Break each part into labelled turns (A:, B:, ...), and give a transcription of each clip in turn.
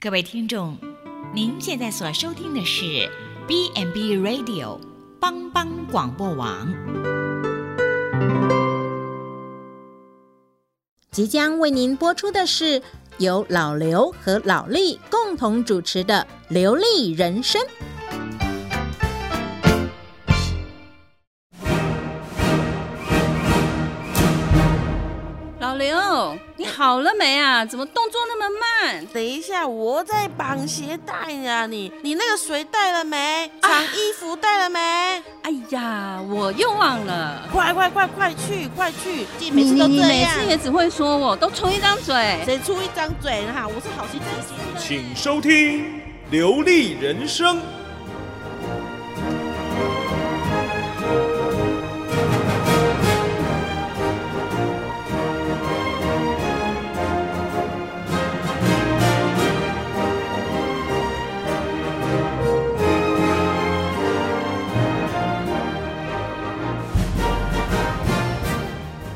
A: 各位听众，您现在所收听的是 B n B Radio 帮帮广播网，
B: 即将为您播出的是由老刘和老李共同主持的《流利人生》。
C: 老刘，你好了没啊？怎么动作那么慢？
D: 等一下，我在绑鞋带呢。你你那个水带了没？
B: 啊
D: 抢衣服带了没？
C: 哎呀，我又忘了。
D: 快快快快去快去！你每
C: 你
D: 次
C: 你
D: 都
C: 你
D: 这
C: 每
D: 样，
C: 次也只会说我，都出一张嘴。
D: 谁出一张嘴哈？我是好心提醒你。
E: 请收听《流利人生》。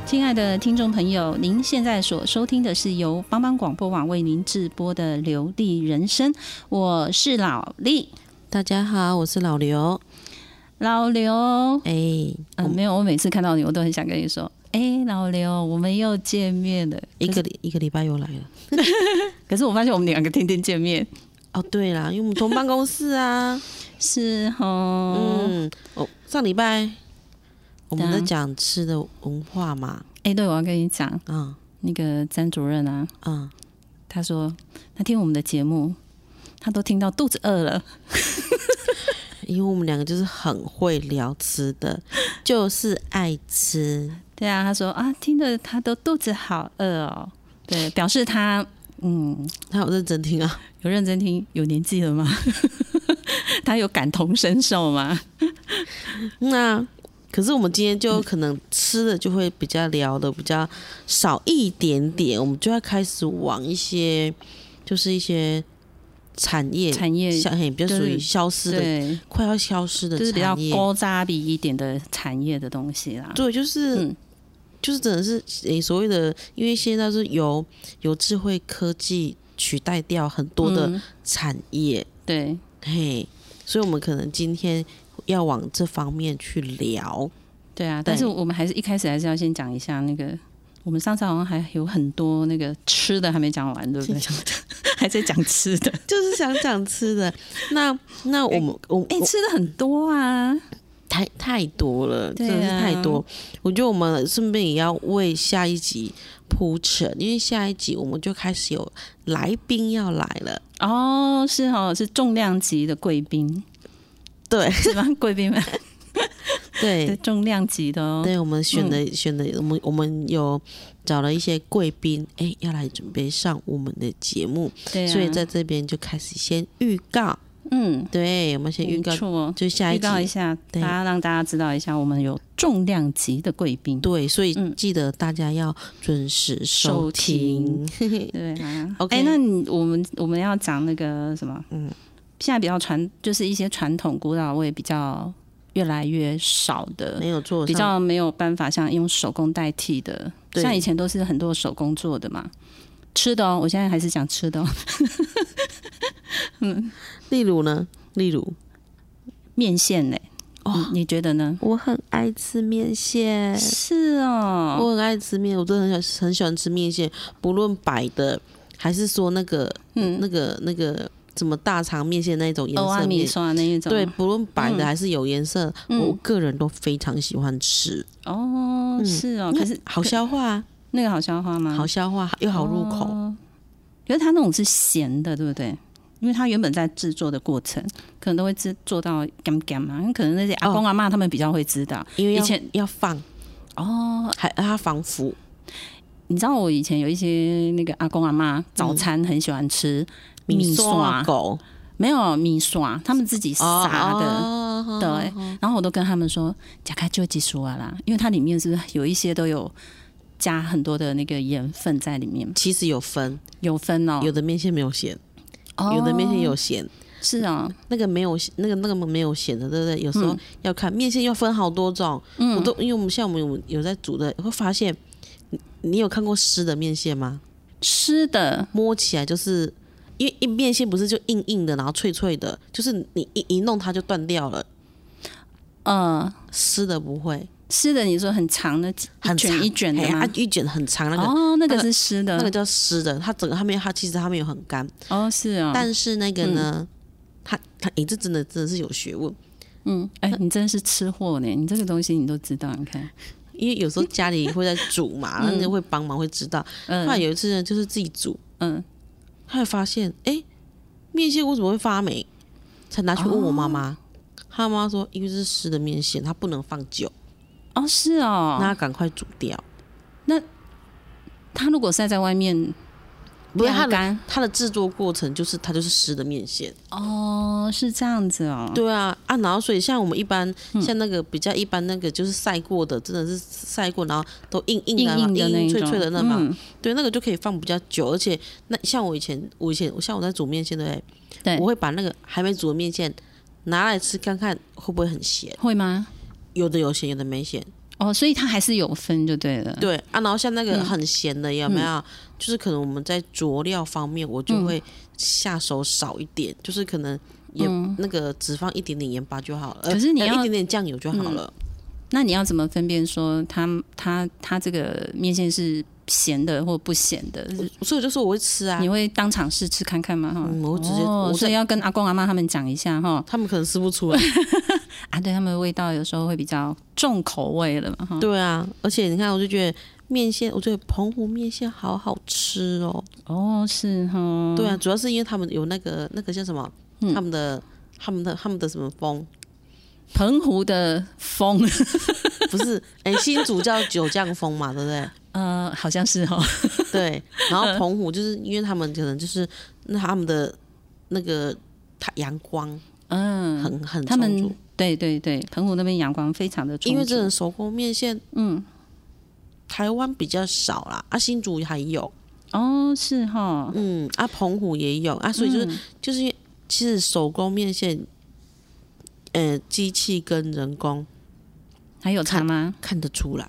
C: 亲爱的听众朋友，您现在所收听的是由帮帮广播网为您直播的《流利人生》，我是老李，
F: 大家好，我是老刘。
C: 老刘。
F: 哎、
C: 嗯，没有，我每次看到你，我都很想跟你说，哎、老刘，我们又见面了。
F: 一个礼一个礼拜又来了。
C: 可是我发现我们两个天天见面，
F: 哦，对啦，因为我们同办公室啊。
C: 是哦。
F: 嗯，哦，上礼拜我们在
C: 对啊
F: 讲吃的文化嘛。
C: 哎、对，我要跟你讲，
F: 嗯
C: 那个詹主任啊，
F: 嗯，
C: 他说他听我们的节目，他都听到肚子饿了。
F: 因为我们两个就是很会聊吃的，就是爱吃。
C: 对啊，他说啊，听得他都肚子好饿哦。对，表示他嗯
F: 他有认真听啊。
C: 有认真听，有年纪了吗？ 他有感同身受吗？
F: 那、可是我们今天就可能吃的就会比较聊的比较少一点点，我们就要开始往一些就是一些产业
C: 产业
F: 消嘿比较
C: 就
F: 属于
C: 是
F: 消失的、
C: 对，
F: 快要消失的
C: 就是比较
F: 产业，
C: 高扎比一点的产业的东西啦。
F: 对，就是、
C: 嗯
F: 就是真的是诶所谓的，因为现在是由由智慧科技取代掉很多的
C: 嗯
F: 产业，
C: 对
F: 嘿，所以我们可能今天要往这方面去聊，
C: 对啊，但是
F: 对
C: 我们还是一开始还是要先讲一下那个。我们上次好像还有很多那个吃的还没讲完，对不对？ 还在讲吃的，
F: 就是想讲吃的。 那那我们我
C: 哎、
F: 我
C: 吃的很多啊，
F: 太太多了，
C: 对
F: 真
C: 啊
F: 的是太多。我觉得我们顺便也要为下一集铺陈，因为下一集我们就开始有来宾要来了。
C: 哦，是哦，是重量级的贵宾，
F: 对
C: 是吗？贵宾们， 对
F: 对
C: 重量级的哦。
F: 对，我们选的、选的，我们我们有找了一些贵宾，哎，要来准备上我们的节目，
C: 对啊，
F: 所以在这边就开始先预告。
C: 嗯，
F: 对，我们先预
C: 没
F: 告，
C: 错，
F: 就下一
C: 预
F: 集
C: 告一下，大
F: 对
C: 家让大家知道一下，我们有重量级的贵宾。
F: 对，所以
C: 嗯
F: 记得大家要准时
C: 收
F: 收
C: 听
F: 听。
C: 对啊
F: OK
C: 哎那你我们我们要讲那个什么？嗯
F: 嗯，
C: 现在比较传，就是一些传统古老味比较越来越少的
F: 没。有做
C: 比
F: 上
C: 较没有办法像用手工代替的，
F: 对
C: 像以前都是很多手工做的嘛。吃的哦，我现在还是讲吃的哦，
F: 例如呢，例如
C: 面线嘞，
F: 哦
C: 你你觉得呢？
F: 我很爱吃面线，
C: 是哦，
F: 我很爱吃面，我真的很喜很喜欢吃面线，不论白的还是说那个、
C: 嗯，
F: 那个那个什么大肠面线那一种颜
C: 欧阿
F: 色
C: 米
F: 面。
C: 刷啊那一种，
F: 对，不论白的
C: 嗯
F: 还是有颜色，
C: 嗯
F: 我个人都非常喜欢吃，
C: 哦，是哦，可是
F: 嗯好消化啊，
C: 那个好消化吗？
F: 好消化又好入口。
C: 哦可是它那种是咸的，对不对？因为它原本在制作的过程，可能都会制做到干干嘛，可能那些阿公阿妈他们比较会知道。
F: 因为要
C: 以前
F: 要放，
C: 哦，
F: 还它防腐，
C: 你知道我以前有一些那个阿公阿
F: 嗯
C: 妈早餐很喜欢吃米
F: 刷
C: 刷，
F: 狗
C: 没有米刷，他们自己撒的。
F: 哦
C: 对，然后我都跟他们说，加开就技术啊啦，因为它里面是不是有一些都有加很多的那个盐分在里面，
F: 其实有分，
C: 有分哦，
F: 有的面线没有咸，
C: 哦
F: 有的面线有咸，
C: 是哦，
F: 那个没有那个那个没有咸的，对不对？有时候要看、面线，要分好多种。我都因为我们像我们有有在煮的，会发现你你有看过湿的面线吗？
C: 湿的
F: 摸起来就是因为一面线不是就硬硬的，然后脆脆的，就是你一一弄它就断掉了，
C: 呃，
F: 湿的不会，
C: 湿的你说很长的，
F: 很长
C: 一卷一卷的
F: 嘿
C: 吗
F: 啊？一卷很长那个。
C: 哦，那
F: 那
C: 个
F: 个
C: 是湿的，
F: 那个叫湿的，它整个它没有，它其实它没有很干，
C: 哦是哦，
F: 但是那个呢，它它诶，这真的真的是有学问，
C: 嗯，哎、你真的是吃货呢，你这个东西你都知道，你看，
F: 因为有时候家里会在煮嘛，然后就会帮忙会知道。后来
C: 嗯
F: 有一次呢，就是自己煮，
C: 嗯，
F: 后来发现，哎、面线为什么会发霉？才拿去问我妈妈，她妈说因为是湿的面线，它不能放久，
C: 哦是哦，
F: 那赶快煮掉。
C: 它如果晒在外面
F: 不是它
C: 晾
F: 的
C: 干，
F: 它的制作过程就是它就是湿的面线。
C: 哦是这样子哦，
F: 对啊啊，然后所以像我们一般、
C: 嗯
F: 像那个比较一般那个就是晒过的，真的是晒过，然后都硬硬
C: 硬
F: 的嘛、
C: 硬的那一
F: 脆
C: 种，
F: 脆的那嘛，
C: 嗯
F: 对，那个就可以放比较久，而且那像我以前，我以前像我在煮面线对不对？
C: 对，
F: 我会把那个还没煮的面线拿来吃，看看会不会很咸。
C: 会吗？
F: 有的有咸，有的没咸。
C: 哦，所以它还是有分就对了，
F: 对啊，然后像那个
C: 嗯
F: 很咸的有没有？就是可能我们在佐料方面，我就
C: 嗯
F: 会下手少一点，就是可能盐、那个只放一点点盐巴就好了，呃
C: 嗯可是你
F: 呃
C: 要
F: 一点点酱油就好了。
C: 那你要怎么分辨说它它它这个面线是咸的或不咸的？
F: 所以我就说我会吃啊
C: 你，会当场试吃看看吗？哈、
F: 嗯我直接
C: 哦
F: 我
C: 所以要跟阿公阿妈他们讲一下哈。
F: 他们可能吃不 出来。
C: 啊，对他们的味道有时候会比较重口味了嘛哈。
F: 对啊，而且你看，我就觉得面线，我觉得澎湖面线好好吃哦。
C: 哦，是哈。
F: 对啊，主要是因为他们有那个那个叫什么，
C: 嗯
F: 他们的他们的他们的什么风，
C: 澎湖的风，
F: 不是 哎、新竹叫九降风嘛，对不对？
C: 呃，好像是哦。
F: 对，然后澎湖就是因为他们可能就是那他们的那个太阳光
C: 嗯，
F: 很很
C: 他
F: 充
C: 们
F: 足
C: 对对对，澎湖那边阳光非常的充足。
F: 因为这种手工面线
C: 嗯，
F: 台湾比较少啦，啊新竹还有，
C: 哦，是哈。
F: 嗯啊澎湖也有
C: 嗯
F: 啊，所以就是、就是因为其实手工面线，呃机器跟人工
C: 还有差吗？
F: 看得出来。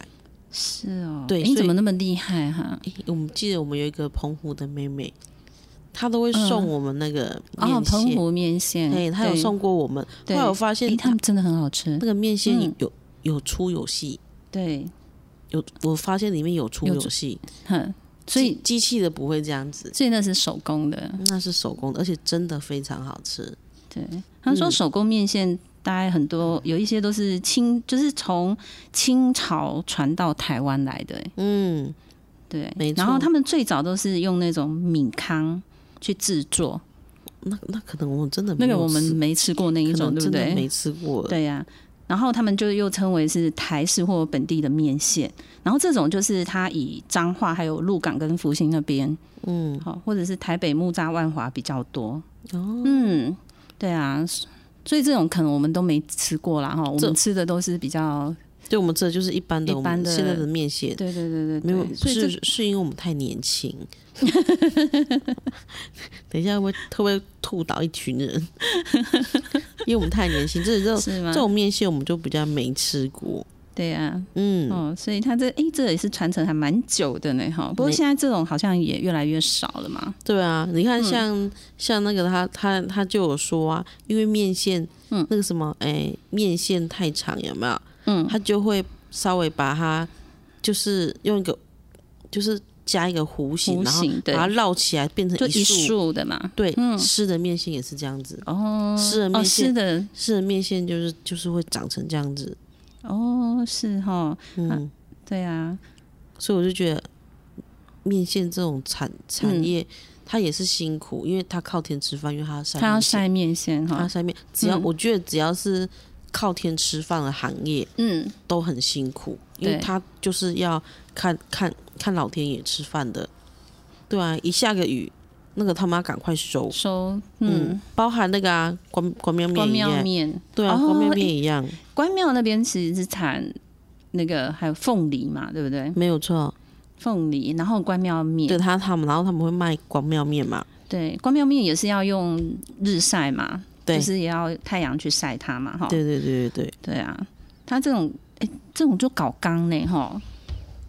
C: 是哦。
F: 对
C: 诶你
F: 所
C: 怎
F: 以
C: 么那么厉害哈？
F: 诶我们记得我们有一个澎湖的妹妹，她都会送我们那个
C: 哦，
F: 面
C: 澎
F: 线，
C: 湖面线，
F: 哎、她有
C: 对
F: 送过我们。后
C: 对
F: 来我发现
C: 诶，他
F: 她
C: 们真的很好吃
F: 那。个面线有
C: 嗯
F: 有有粗有细，
C: 对，
F: 有我发现里面有粗
C: 有
F: 有细，
C: 哼，所以
F: 机机器的不会这样子，
C: 所以那是手工的。
F: 那是手工的，而且真的非常好吃。
C: 对，他
F: 嗯
C: 说手工面线大概很多，有一些都是清，就是从清朝传到台湾来的、欸
F: 嗯，
C: 对，
F: 没错
C: 然后他们最早都是用那种米糠去制作，
F: 那那可能我真的没
C: 那
F: 有
C: 个我们
F: 吃
C: 没吃过那一
F: 可
C: 种，
F: 能
C: 对
F: 真
C: 不
F: 的没
C: 对？
F: 吃过。
C: 对呀、然后他们就又称为是台式或本地的面线，然后这种就是它以彰化还有鹿港跟福兴那边，
F: 嗯，
C: 好，或者是台北木栅万华比较多。哦，嗯，对啊，所以这种可能我们都没吃过啦哈，我
F: 这
C: 们吃的都是比较
F: 对我们这就是一般的
C: 一
F: 我
C: 般
F: 们
C: 的
F: 现在的面线，
C: 对对对对
F: 没有
C: 对，所以
F: 是
C: 这
F: 是因为我们太年轻。 等一下会会不会吐倒一群人？ 因为我们太年轻，这这种
C: 是吗
F: 这？种面线我们就比较没吃过。
C: 对啊，
F: 嗯，
C: 哦，所以它这诶，这也是传承还蛮久的呢哈。不过
F: 没
C: 现在这种好像也越来越少了嘛。
F: 对啊，你
C: 嗯
F: 看像、像那个他他他就有说啊，因为面线，
C: 嗯
F: 那个什么，哎、面线太长有没有？
C: 嗯，
F: 他就会稍微把它就是用一个就是加一个弧形，
C: 弧
F: 然后
C: 形对
F: 把它绕起来变成
C: 就一
F: 束。
C: 束的嘛。
F: 对，
C: 嗯
F: 湿的面线也是这样子，
C: 哦，
F: 湿的
C: 哦，
F: 面
C: 是
F: 线，
C: 的，
F: 湿的面线就是就是会长成这样子，
C: 哦，是哈，
F: 嗯，
C: 啊对啊，
F: 所以我就觉得面线这种产产
C: 嗯
F: 业，它也是辛苦，因为它靠天吃饭，因为它要晒，
C: 它要，晒面线
F: 它
C: 哈，
F: 晒面，啊只要、
C: 嗯
F: 我觉得只要是靠天吃饭的行业
C: 嗯，
F: 都很辛苦，因为
C: 对
F: 它就是要看看看老天爷吃饭的，对啊，一下个雨，那个他妈赶快收。
C: 收
F: 嗯
C: 嗯，，
F: 包含那个啊，关关庙
C: 关
F: 面一
C: 庙
F: 样，
C: 面，
F: 对啊，
C: 哦
F: 关庙
C: 诶
F: 面一样，
C: 关庙那边其实是产那个还有凤梨嘛，对不对？
F: 没有错。
C: 凤梨，然后关庙面，
F: 嗯对他他们，然后他们会卖光庙面嘛，
C: 对关庙面也是要用日晒嘛，
F: 对
C: 就是也要太阳去晒它嘛，哈，
F: 对对对对对，
C: 对啊，它这种哎、这种就搞刚呢，哈，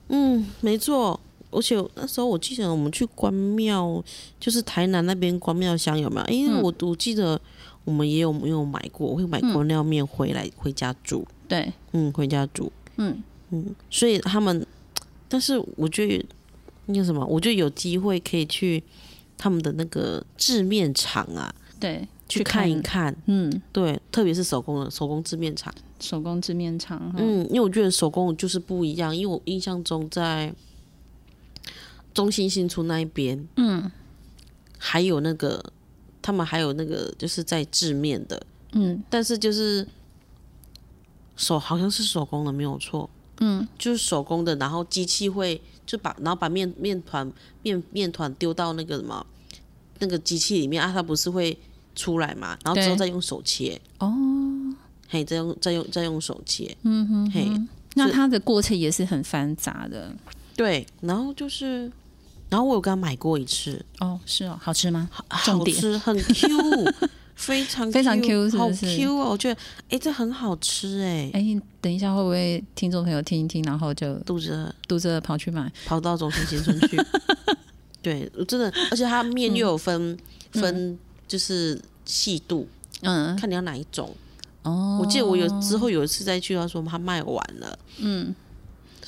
F: 嗯，没错，而且那时候我记得我们去关庙，就是台南那边关庙乡有没有？因
C: 嗯
F: 为我、我记得我们也有没有买过，我会买关庙面回来、回家煮，
C: 对，
F: 嗯，回家煮，
C: 嗯
F: 嗯，所以他们，但是我觉得那个什么，我觉得有机会可以去他们的那个制面厂啊，
C: 对，
F: 去看一，看，
C: 嗯，
F: 对，特别是手工的手工制面厂。
C: 手工制面厂，嗯，
F: 嗯，因为我觉得手工就是不一样，因为我印象中在中心新村那一边，嗯，还有那个他们还有那个就是在制面的，
C: 嗯，
F: 但是就是手好像是手工的没有错，嗯，就是手工的，然后机器会就把然后把面面团面面团丢到那个什么那个机器里面啊，它不是会出来嘛，然后之后
C: 对
F: 再用手切哦。嘿，再用再用再用手切，
C: 嗯
F: 嘿，
C: 那它的过程也是很繁杂的，
F: 对，然后就是，然后我有跟他买过一次，
C: 哦，是哦，好吃吗？重
F: 好
C: 点
F: 吃，很 Q，非常
C: 非常 Q 是不
F: 好
C: 是
F: Q 啊！我觉得，哎、这很好吃哎、
C: 哎，等一下会不会听众朋友听一听，然后就
F: 肚子饿
C: 肚子饿跑去买？
F: 跑到中心新村 去。对，我真的，而且它
C: 嗯
F: 面又有分、分，就是细度，
C: 嗯，
F: 看你要哪一种。
C: 哦，
F: 我记得我有之后有一次再去，他说他卖完了，
C: 嗯，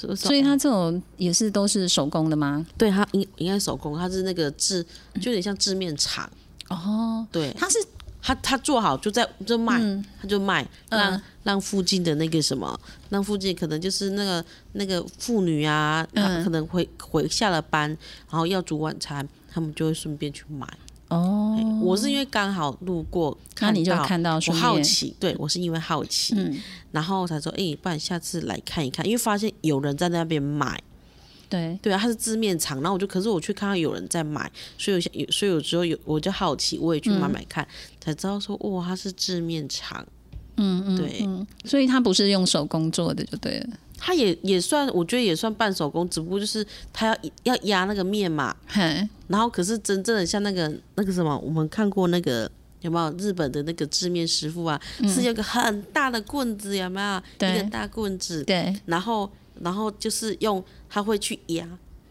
F: 是不是？
C: 所以它这种也是都是手工的吗？
F: 哦对他应应该手工，他是那个制，就有点像制面厂。
C: 哦，
F: 对，
C: 它是
F: 他他做好就在就卖，
C: 嗯
F: 他就卖，让、
C: 嗯
F: 让附近的那个什么，让附近可能就是那个那个妇女啊，
C: 嗯
F: 她可能回回下了班，然后要煮晚餐，他们就会顺便去买。
C: 哦，
F: 我是因为刚好路过，
C: 那
F: 看
C: 你就
F: 到
C: 看到
F: 我
C: 顺便
F: 好奇，对我是因为好奇，
C: 嗯，
F: 然后才说，哎、不然下次来看一看，因为发现有人在那边买，
C: 对，
F: 对啊，它是字面厂，然后我就，可是我却看到有人在买，所以我想有，所以有时候有我就好奇，我也去买买看，才知道说，哇，它是字面厂，
C: 嗯嗯，
F: 对，
C: 所以它不是用手工做的就对了，
F: 它也也算，我觉得也算半手工，只不过就是它要要压那个面嘛，
C: 嘿，
F: 然后可是真正的像那个那个什么，我们看过那个。有没有日本的那个制面师傅啊？是有个很大的棍子，有没有？一
C: 对
F: 个大棍子，
C: 对，
F: 然后然后就是用他会去压，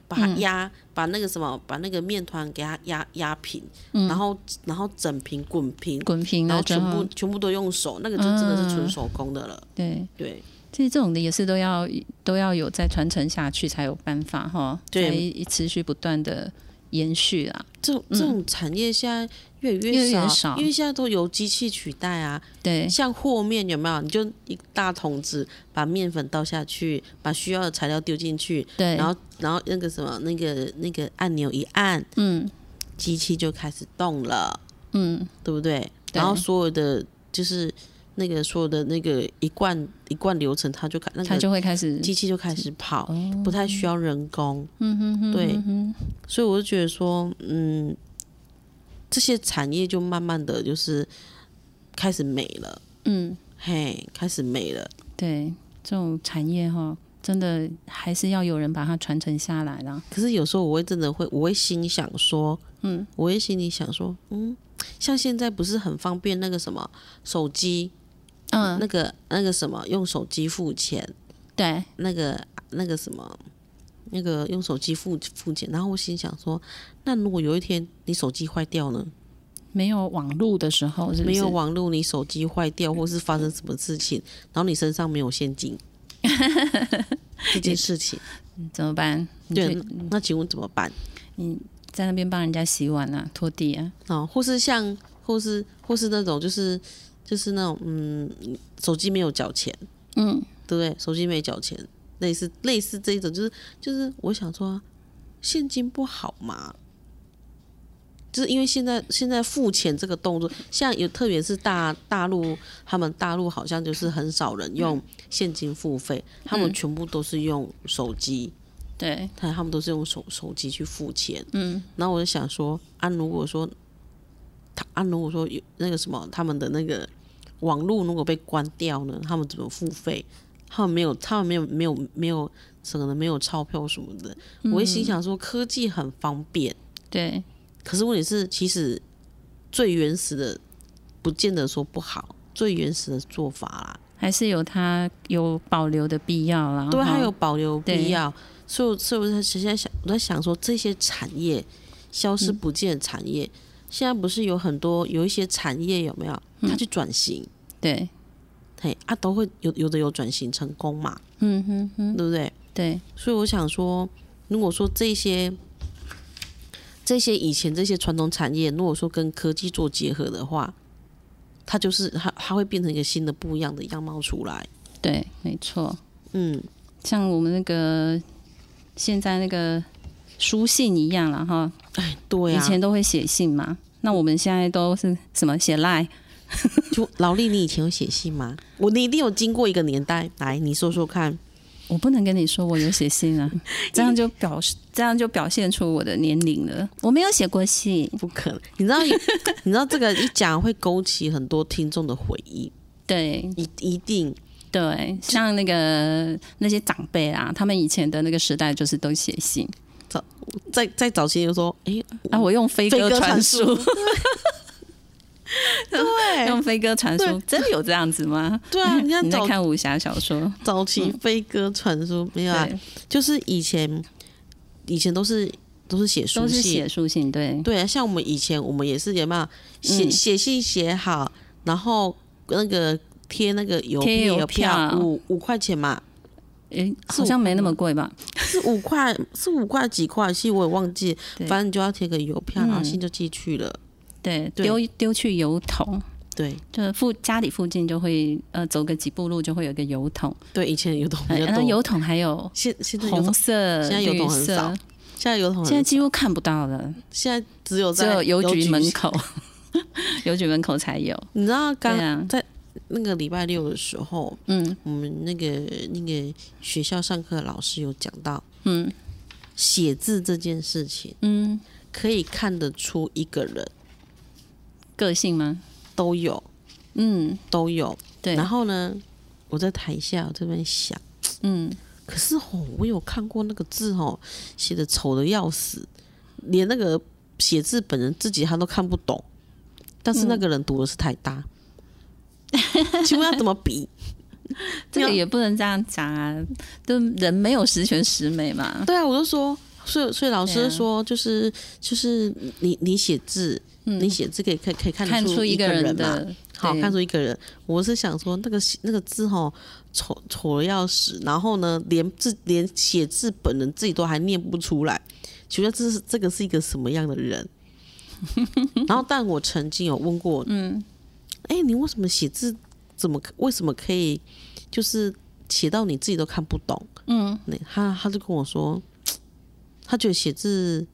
F: 把它压，
C: 嗯
F: 把那个什么，把那个面团给它压压平，然后然后整平滚平，
C: 嗯滚平
F: 然
C: 了
F: 后
C: 之
F: 全部
C: 后，
F: 全部都用手，那个就真的是
C: 嗯
F: 纯手工的了。
C: 对，
F: 对
C: 其实这种的也是都要都要有再传承下去才有办法哈，
F: 对
C: 才持续不断的延续啊，
F: 这种这种产业现在越来
C: 越来
F: 越
C: 越
F: 少，
C: 少
F: 因为现在都由机器取代啊。
C: 对，
F: 像和面有没有？你就一大桶子把面粉倒下去，把需要的材料丢进去，
C: 对，
F: 然后然后那个什么那个那个按钮一按，
C: 嗯
F: 机器就开始动了。
C: 嗯，
F: 对不对？
C: 对
F: 然后所有的就是那个所有的那个一贯一贯流程，它就开那
C: 它
F: 个
C: 就会开始，
F: 机器就开始跑，不太需要人工。
C: 嗯哼哼，
F: 对
C: 嗯哼
F: 所以我就觉得说，嗯，这些产业就慢慢的就是开始没了，
C: 嗯，
F: 嘿，开始没了。
C: 对，这种产业哈，真的还是要有人把它传承下来啦，
F: 可是有时候我会真的会，我会心想说，嗯，我会心里想说，嗯，像现在不是很方便那个什么手机，
C: 嗯，
F: 那个那个什么用手机付钱，
C: 对，
F: 那个那个什么，那个用手机付付钱，然后我心想说，那如果有一天你手机坏掉呢？
C: 没有网路的时候是不是
F: 没有，网络，你手机坏掉，或是发生什么事情，然后你身上没有现 金，这件事情，
C: 怎么办？你嗯
F: 对
C: 就，
F: 那请问怎么办
C: 在那边帮人家洗碗啊，拖地啊，
F: 啊？或是像，或是或是那种，就是就是那种，嗯，手机没有缴钱，
C: 嗯，
F: 对不对？手机没缴钱，类似类似这一种，就是就是我想说，现金不好嘛，就是因为现在现在付钱这个动作，像有特别是大大陆，他们大陆好像就是很少人用现金付费，他们全部都是用手机，
C: 对，
F: 他他们都是用手手机去付钱。
C: 嗯，
F: 然后我就想说，啊，如果说他啊，如果说有那个什么，他们的那个网络如果被关掉呢，他们怎么付费？他们没有，他们没有，没有，没有，可能没有钞票什么的。我会心想说，科技很方便，
C: 对，
F: 可是问题是，其实最原始的不见得说不好，最原始的做法啦，
C: 还是有它有保留的必要啦。
F: 对，
C: 哈
F: 它有保留
C: 嗯对
F: 必要。所以我，所以我在现在想，我在想说这些产业消失不见的产业，
C: 嗯
F: 现在不是有很多有一些产业有没有？
C: 嗯
F: 它去转型，
C: 对，
F: 嘿啊，都会有有的有转型成功嘛，
C: 嗯哼哼，
F: 对不对？
C: 对，
F: 所以我想说，如果说这些这些以前这些传统产业，如果说跟科技做结合的话，它就是它它会变成一个新的不一样的样貌出来。
C: 对，没错。
F: 嗯，
C: 像我们那个现在那个书信一样了哈，
F: 哎，对
C: 以
F: 啊，
C: 前都会写信嘛，那我们现在都是什么写赖？
F: 就劳力，你以前有写信吗？我你一定有经过一个年代，来你说说看。
C: 我不能跟你说我有写信 啊，这样就表示这样就表现出我的年龄了。我没有写过信，
F: 不可能，你知道， 你知道这个一讲会勾起很多听众的回忆，
C: 对
F: 一一定
C: 对，像那个那些长辈啊，他们以前的那个时代就是都写信
F: 在在早期就说，哎、
C: 啊，我用飞鸽传书，
F: 对
C: 用飞鸽传书
F: 对，
C: 真的有这样子 吗？
F: 对啊，你看
C: 你在
F: 早
C: 看武侠小说？
F: 早期飞鸽传书没有啊，
C: 嗯对，
F: 就是以前以前都是都是写书
C: 都是
F: 信
C: 写，书信，对
F: 对啊，像我们以前我们也是有没有写
C: 嗯
F: 写信写好，然后那个贴那个邮
C: 贴
F: 票
C: 邮
F: 邮
C: 票
F: 五五块钱嘛，
C: 诶，好像没那么贵吧？
F: 是五块是五块几块，其实我也忘记，
C: 对
F: 反正你就要贴个邮票，然后
C: 嗯
F: 信就寄去了，
C: 对，
F: 对
C: 丢丢去邮筒，
F: 对。
C: 就是附家里附近就会呃走个几步路就会有一个邮筒，
F: 对，以前油桶比
C: 哎
F: 较
C: 那
F: 多，
C: 邮筒还有
F: 现现在油
C: 红
F: 桶，
C: 色、
F: 现在油
C: 绿
F: 桶很
C: 色，
F: 少现在油桶很，
C: 现在几乎看不到了，
F: 现在只有
C: 只
F: 在
C: 有邮局门。口， 邮局门口才有。
F: 你知道
C: 对
F: 刚
C: 啊，
F: 那个礼拜六的时候，
C: 嗯
F: 我们那个那个学校上课的老师有讲到
C: 嗯
F: 写字这件事情，
C: 嗯，
F: 可以看得出一个人
C: 个性吗？
F: 都有
C: 嗯，
F: 都有。
C: 对，
F: 然后呢，我在台下我这边想，
C: 嗯，
F: 可是吼，我有看过那个字吼，写的丑的要死，连那个写字本人自己他都看不懂，但是那个人读的是台大，
C: 嗯
F: 请问要怎么 比？
C: 这个也不能这样讲啊，都人没有十全十美嘛。
F: 对啊，我就说，所以所以老
C: 对啊
F: 师说，就是就是你你写字，
C: 嗯
F: 你写字可以可以可以看
C: 看
F: 得出
C: 出一
F: 个
C: 个人
F: 嘛。
C: 的
F: 好
C: 对
F: 看出一个人，我是想说那个那个字吼丑丑的要死，然后呢，连字连写字本人自己都还念不出来，觉得这是这个是一个什么样的人？然后，但我曾经有问过，嗯，哎、你为什么写字怎么为什么可以就是写到你自己都看不懂？嗯，他他就跟我说，他觉得写字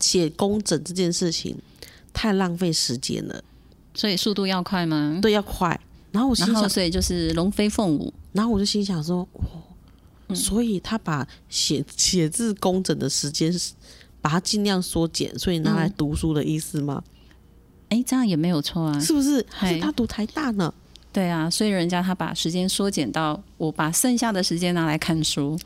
F: 写工整这件事情太浪费时间了。
C: 所以速度要快吗？
F: 对，要快。然后我心
C: 然后
F: 想，
C: 所以就是龙飞凤舞，
F: 然后我就心想说，
C: 嗯
F: 哦，所以他把写写字工整的时间，把它尽量缩减，所以拿来读书的意思吗？
C: 哎，这样也没有错啊。
F: 是不是？
C: 嗨
F: 是他读台大呢？
C: 对啊，所以人家他把时间缩减到我把剩下的时间拿来看书，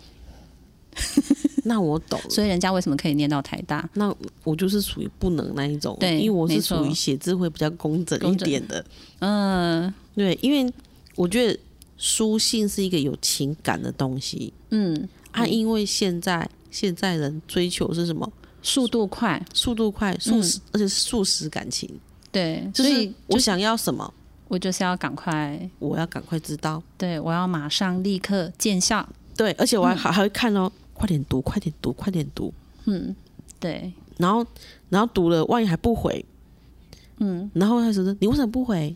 F: 那我懂 了，
C: 所以人家为什么可以念到台大？
F: 那我就是属于不能那一种，
C: 对
F: 因为我
C: 没
F: 是
C: 错
F: 属于写字会比较工整一
C: 工整
F: 点的，
C: 嗯
F: 对，因为我觉得书信是一个有情感的东西
C: 嗯，
F: 啊，因为现在现在人追求是什么？
C: 速度快，
F: 速度快，速食，而且是速食感情。
C: 对，
F: 就
C: 嗯所
F: 是
C: 以
F: 我想要什么，
C: 我就是要赶快，
F: 我要赶快知道。
C: 对我要马上立刻见效，
F: 对，而且我还还还会看哦，快点读，快点读，快点读。
C: 嗯，对，
F: 然后，然后读了，万一还不回，
C: 嗯
F: 然后他就说你为什么不回？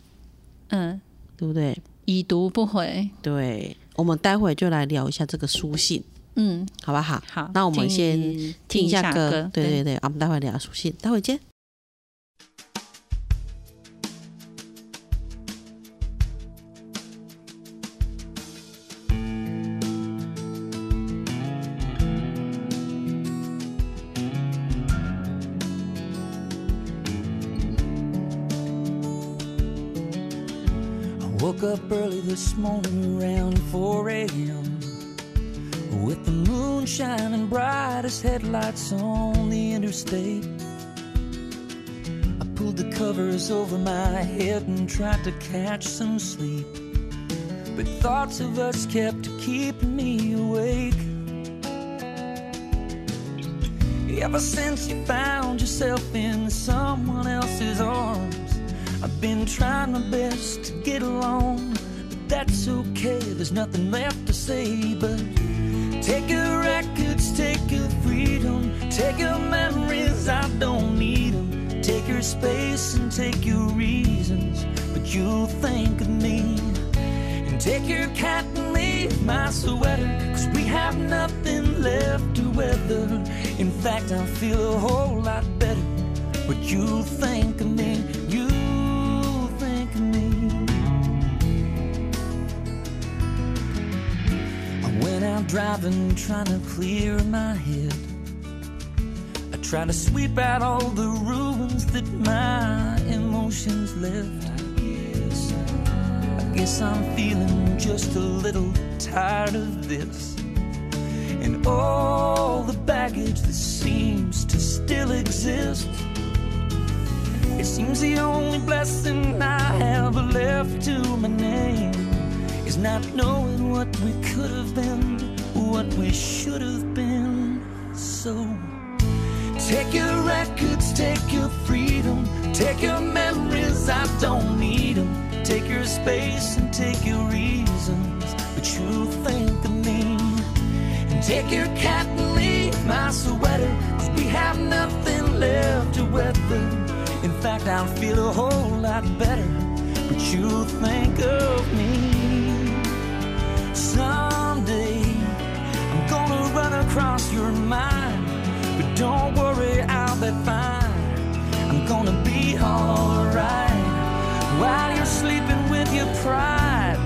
C: 嗯，
F: 对不对？
C: 已读不回，
F: 对，我们待会就来聊一下这个书信，
C: 嗯，
F: 好不好？
C: 好，
F: 那我们
C: 听
F: 先
C: 听
F: 一下
C: 歌，
F: 对对对，啊我们待会聊书信，待会见。
G: I woke up early this morning around 4 a.m. with the moon shining bright as headlights on the interstate. I pulled the covers over my head and tried to catch some sleep, but thoughts of us kept keeping me awake. Ever since you found yourself in someone else's arms, I've been trying my best to get along. But that's okay, there's nothing left to say but take your records, take your freedom, take your memories, I don't need 'em. Take your space and take your reasons, but you'll think of me. And take your cat and leave my sweater, 'cause we have nothing left to weather. In fact, I feel a whole lot better. But you think of me, you think of me. I went out driving, trying to clear my head. I try to sweep out all the ruins that my emotions left. Guess I'm feeling just a little tired of this. And all the baggage that seems to still exist. It seems the only blessing I have left to my name is not knowing what we could have been, what we should have been. So. Take your records, take your freedom, take your memories, I don't need 'em. Take your space and take your reasons, but you think of me. And take your cat and leave my sweater, 'cause we have nothing left to weather. In fact, I'll feel a whole lot better, but you think of me. Someday I'm gonna run across your mind, but don't worry, I'll be fine. I'm gonna be alright while you're sleeping with your pride,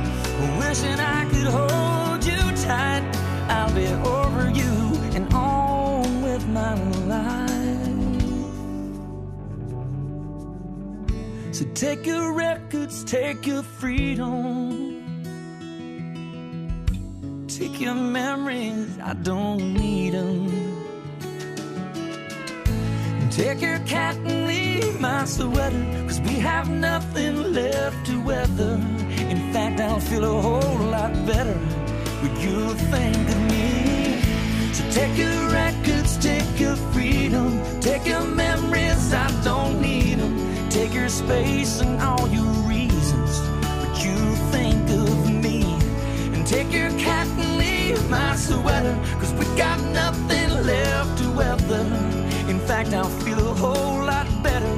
G: wishing I could hold you tight. I'll be over you and on with my life. So take your records, take your freedom. Take your memories, I don't need 'em. Take your cat and leave my sweater, cause we have nothing left to weather. In fact, I'll feel a whole lot better when you think of me. So take your records, take your freedom, take your memories, I don't need 'em. Take your space and all your reasons, but you think of me. And take your cat and leave my sweater, cause we got nothing left to weather. In fact, I'll feel a whole lot better.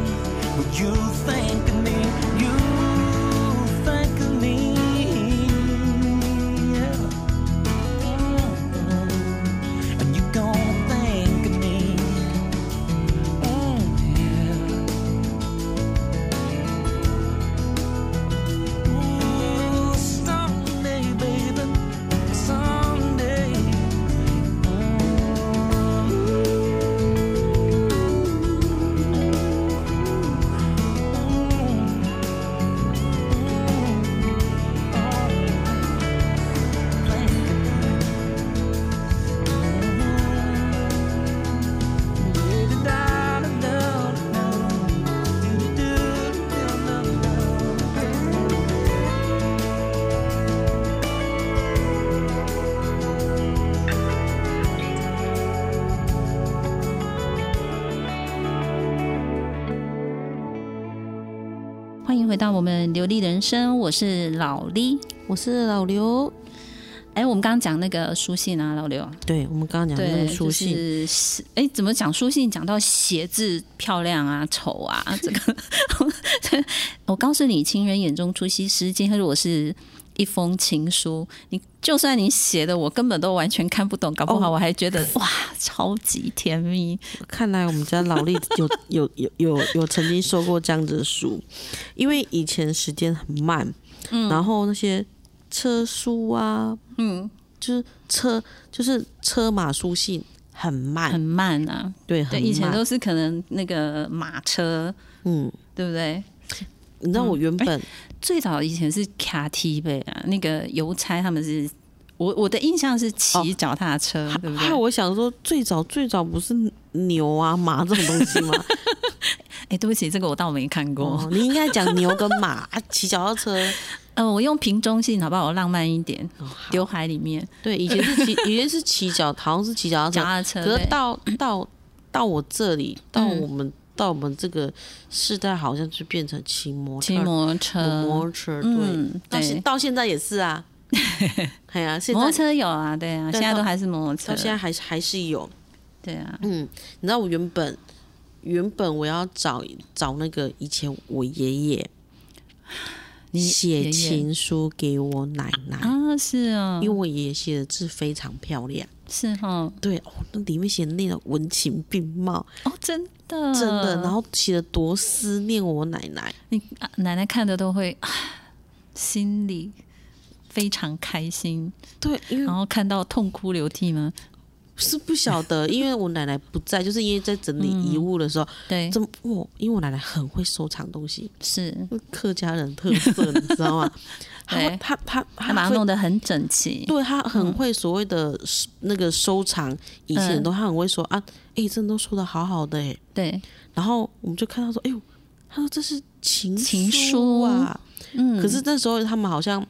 G: But you think of me, you think of me. Yeah. Mm. And you gonna think of me. Mm, yeah. Ooh, someday, baby, someday.
C: 欢迎回到我们流利人生，我是老李。
F: 我是老刘，
C: 哎，我们刚刚讲那个书信啊，老刘，
F: 对我们刚刚讲的那
C: 对，
F: 个书信，
C: 就是哎，怎么讲书信？讲到鞋子漂亮啊、丑啊，这个我告诉你，情人眼中出西施，今天如果是一封情书，你就算你写的我根本都完全看不懂，搞
F: 哦
C: 不好我还觉得、哇，超级甜蜜。
F: 看来我们家老力 有有有有有曾经收过这样子的书，因为以前时间很慢，然后那些车书啊，
C: 嗯，
F: 就是车就是车马书信很慢，
C: 很慢啊，
F: 对，很
C: 对，
F: 慢。
C: 以前都是可能那个马车，
F: 嗯，
C: 对不对？
F: 你知道我原本、
C: 最早以前是卡 T 呗啊，那个邮差他们是。我我的印象是骑脚踏车，
F: 还
C: 哎对不对
F: 还？有哦我想说，最早最早不是牛啊马这种东西吗？
C: 哎、对不起，这个我倒没看过。
F: 哦，你应该讲牛跟马，啊骑脚踏车。
C: 呃，我用瓶中信好不好？我浪漫一点，
F: 哦好
C: 刘、海里面
F: 对，以前是骑，以前是骑脚，好像是骑脚
C: 脚
F: 踏车，哦
C: 踏车
F: 可
C: 对
F: 是到到到我这里，到
C: 嗯
F: 我们、到我们这个世代，好像就变成骑摩
C: 骑
F: 托
C: 摩托车，
F: 摩托车，对，
C: 嗯，
F: 到
C: 对
F: 现，到现在也是啊， 哎呀、现
C: 摩托
F: 在
C: 车有啊，对啊，
F: 对
C: 现在
F: 到
C: 都还是摩
F: 到
C: 托
F: 现在
C: 车，
F: 还是还是有，
C: 对啊，
F: 嗯，你知道我原本原本我要找找那个以前我爷爷
C: 你爷
F: 写
C: 爷
F: 情书给我奶奶，
C: 啊，是啊，
F: 因为我爷爷写的字非常漂亮，
C: 是哦，
F: 对哦，那里面写的内容文情并茂，
C: 哦，真的，
F: 真的，然后写的多思念我奶奶，
C: 你、啊奶奶看的都会，啊、心里非常开心，
F: 对，因为
C: 然后看到痛哭流涕吗？
F: 是不晓得，因为我奶奶不在，就是因为在整理
C: 嗯
F: 遗物的时候，
C: 对，
F: 这么哦，因为我奶奶很会收藏东西，
C: 是，
F: 客家人特色，你知道吗？她
C: 对
F: 会她她
C: 哎她把它
F: 啊会
C: 弄得嗯很整齐，
F: 对他很会所谓的那个收藏，以
C: 嗯
F: 前都他很会说啊，哎、这都收的好好的哎、
C: 对，
F: 然后我们就看到说，哎呦，他说这是情
C: 情
F: 书啊，
C: 嗯，
F: 可是那时候他们好像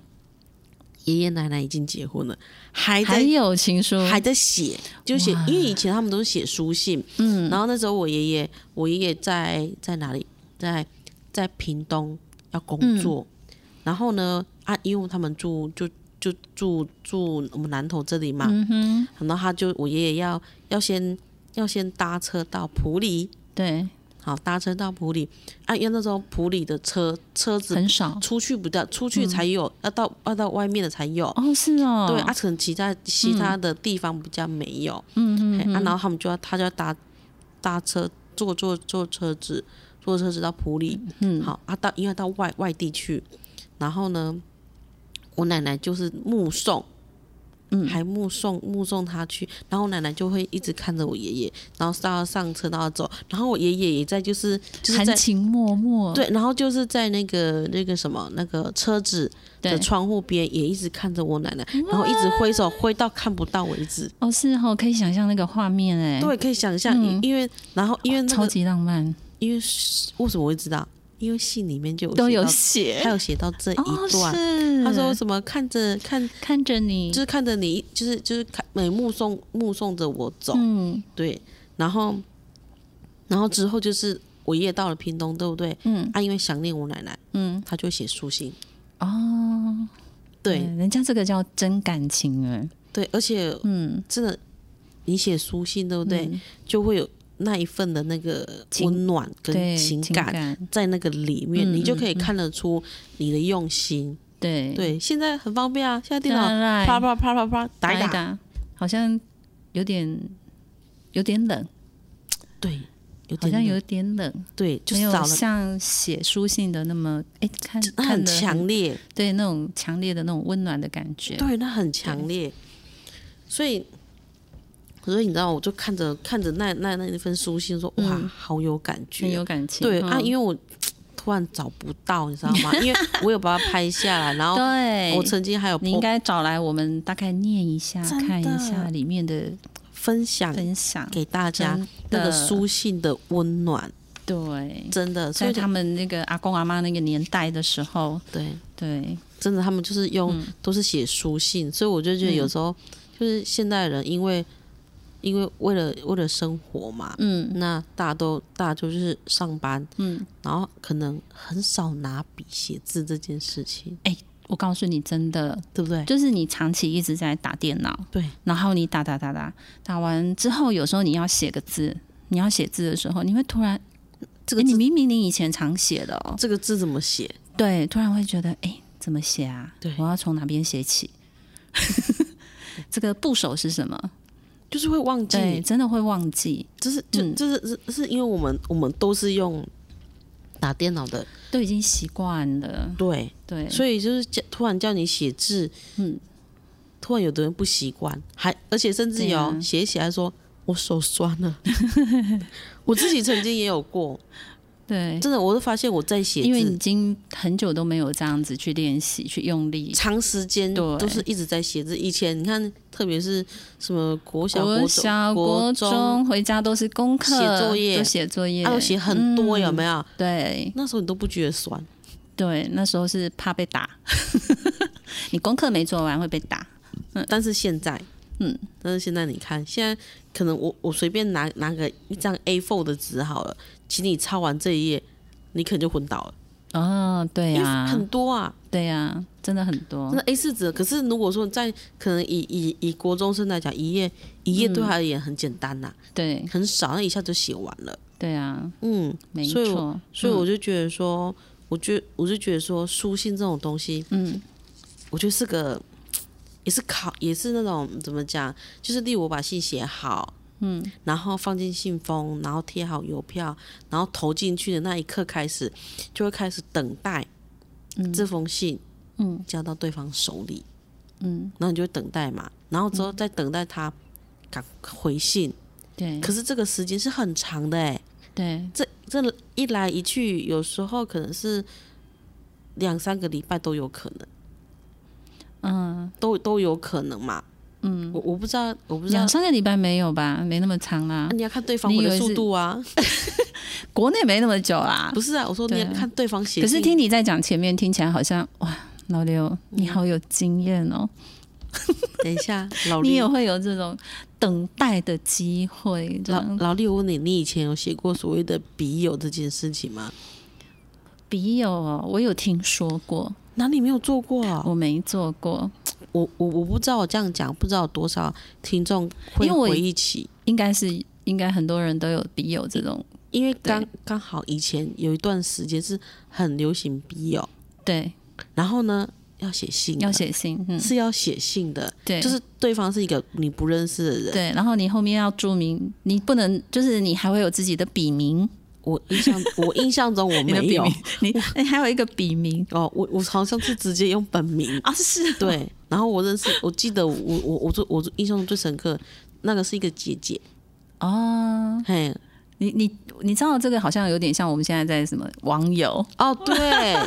F: 爷爷奶奶已经结婚了，还在
C: 嗯还有情书，
F: 还在写，就写，因为以前他们都是写书信，
C: 嗯，
F: 然后那时候我爷爷，我爷爷在在哪里，在在屏东要工作，
C: 嗯
F: 然后呢，啊，因为他们住就就住住我们南头这里嘛，
C: 嗯哼，
F: 然后他就我爷爷要要先要先搭车到埔里，
C: 对，
F: 好搭车到埔里，啊，因为那时候埔里的车车子
C: 很嗯少，
F: 出去不到，出去才有，要到要到外面的才有。
C: 哦，是哦，
F: 对，啊，可能其他其他的地方比较没有，嗯嗯，啊，然后他们就要他就要搭搭车坐坐坐车子坐车子到普里，
C: 嗯，
F: 好啊，到因为到外外地去，然后呢，我奶奶就是目送。嗯，还目送目送他去，然后我奶奶就会一直看着我爷爷，然后到上车到走，然后我爷爷也在就是就是
C: 含
F: 在
C: 情脉脉，
F: 对，然后就是在那个那个什么那个车子的
C: 对，
F: 窗户边也一直看着我奶奶，然后一直挥手挥到看不到为止。
C: 哦，是哦，可以想象那个画面哎，
F: 对，可以想象，
C: 嗯
F: 因为然后因为那
C: 超
F: 个
C: 级浪漫，
F: 因为是为什么我会知道？因为信里面就有
C: 都有
F: 写到
C: 写
F: 他有写到这
C: 哦，
F: 一段，
C: 是，
F: 他说什么看着看
C: 看着你，
F: 就是看着你就是就是看每目送目送着我走，
C: 嗯
F: 对，然后然后之后就是我爷爷到了屏东，对不对？
C: 嗯
F: 啊，因为想念我奶奶，
C: 嗯，
F: 他就会写书信。
C: 哦，
F: 对
C: 人家这个叫真感情哎，
F: 对，而且
C: 嗯，
F: 真的，你写书信对不对？就会有那一份的那个
C: 情
F: 温暖跟
C: 对，
F: 情
C: 情
F: 感在那个里面，
C: 嗯
F: 你就可以看得出你的用心。
C: 对，
F: 对，现在很方便啊，现在电脑啪
C: 啪
F: 啪啪啪啪打一
C: 打
F: 打，
C: 打，好像有点有点冷，
F: 对，有
C: 好
F: 点
C: 像
F: 那
C: 有点冷，
F: 对，就
C: 没
F: 少
C: 有
F: 了。
C: 像写书信的那么，哎，看
F: 那
C: 看
F: 很
C: 得
F: 强，烈，
C: 对，那种强烈的那种温暖的感觉，
F: 对，那很强烈，所以，所以你知道，我就看着看着那那那一份书信说，哇，
C: 嗯
F: 好有感觉，
C: 很有感情，
F: 对啊，
C: 嗯
F: 因为我突然找不到，你知道吗？因为我有把它拍下来，然后
C: 对，
F: 我曾经还有
C: 你应该找来我们大概念一下，
F: 真的
C: 看一下里面的
F: 分享
C: 分享，
F: 给大家
C: 真
F: 那个
C: 的
F: 书信的温暖，
C: 嗯对，
F: 真的，所
C: 在
F: 以
C: 他们那个阿公阿妈那个年代的时候，
F: 对，
C: 对，
F: 真的他们就是用
C: 嗯
F: 都是写书信，所以我就觉得有时候就是现代人因为因为为了为了生活嘛，
C: 嗯
F: 那大家都大家就是上班，
C: 嗯，
F: 然后可能很少拿笔写字这件事情，
C: 我告诉你，真的
F: 对不对？
C: 就是你长期一直在打电脑，
F: 对，
C: 然后你打打打打打完之后，有时候你要写个字，你要写字的时候，你会突然，
F: 这
C: 诶
F: 个
C: 你
F: 字
C: 明明你以前常写的哦，
F: 这个字怎么写？
C: 对，突然会觉得，哎，怎么写啊？
F: 对
C: 我要从哪边写起？ 这个部首是什么？
F: 就是会忘记，
C: 对，真的会忘记。
F: 就是就
C: 嗯
F: 就是是是因为我们我们都是用打电脑的，
C: 都已经习惯了，
F: 对，
C: 对，
F: 所以就是叫突然叫你写字，
C: 嗯，
F: 突然有的人不习惯，还而且甚至
C: 对啊
F: 有写一写还说我手酸了， 我自己曾经也有过，
C: 对，
F: 真的，我都发现我在写
C: 哎因为你已
F: 字，
C: 经很久都没有这样子去练习、去用力。
F: 长时间
C: 对
F: 都是一直在写字。以前你看，特别是什么国小、
C: 国
F: 国
C: 小、国
F: 国
C: 中回家都是功课、
F: 写作业
C: 都写作业，
F: 还有写很多，有没
C: 有？
F: 有？
C: 对
F: 那时候你都不觉得酸，
C: 对，那时候 是怕被打，你功课没做完会被打。
F: 但是现在
C: 嗯，
F: 但是现在你看，现在可能我我随便拿拿个一张 A4 的纸好了，请你抄完这一页，你可能就昏倒了，
C: 哦，对
F: 因为
C: 啊，
F: 很多啊，
C: 对啊，真的很多
F: 那。A 四纸。可是如果说在可能以以以国中生来讲，一页一
C: 嗯
F: 页对他而言很简单呐、
C: 对
F: 很少，那一下就写完了。
C: 对啊，
F: 嗯，
C: 没
F: 所以我
C: 错。嗯
F: 所以我就觉得说，我觉我就觉得说，书信这种东西，
C: 嗯，
F: 我觉得是个也是考也是那种怎么讲，就是例如我把信写好，嗯，然后放进信封，然后贴好邮票，然后投进去的那一刻开始，就会开始等待这封信，嗯，交到对方手里，嗯，然后你就等待嘛，然后之后再等待他赶回信，
C: 对
F: 可是这个时间是很长的哎、
C: 对
F: 这这一来一去，有时候可能是两三个礼拜都有可能，嗯，都都有可能嘛，嗯，我我不知道，我不知道
C: 两，三个礼拜没有吧，没那么长啦
F: 啊、，你要看对方回
C: 你以
F: 的
C: 为
F: 速
C: 是
F: 度啊，
C: 国内没那么久啦
F: 不。是啊，我说你
C: 对
F: 要看对方写
C: 可
F: 信，嗯
C: 是听你在讲前面，听起来好像哇，老刘你好有经验哦，
F: 等一 下，老
C: 你
F: 李
C: 也会有这种等待的机会，这
F: 老
C: 样
F: 老李，我问你，你以前有写过所谓的笔友这件事情吗？
C: 笔友哦，我有听说过，
F: 哪里没有做过啊？
C: 我没做过，
F: 我我我不知道，我这样讲，不知道有多少听众会
C: 因为我
F: 回忆起，
C: 应该是应该很多人都有笔友这种，
F: 因为刚刚好以前有一段时间是很流行笔友。
C: 对，
F: 然后呢，要写信的，
C: 要写信，嗯，
F: 是要写信的，
C: 对，
F: 就是对方是一个你不认识的人。
C: 对，然后你后面要注明，你不能就是你还会有自己的笔名，
F: 我印 象，我印象中我
C: 你的
F: 没
C: 笔
F: 有
C: 名，你 你还有一个笔名。
F: 哦，我我好像是直接用本名
C: 啊，是
F: 对，然后我认识，我记得我我我最我印象中最深刻，那个是一个姐姐，
C: 哦，
F: 嘿，
C: 你你你知道这个好像有点像我们现在在什么网友，
F: 哦对。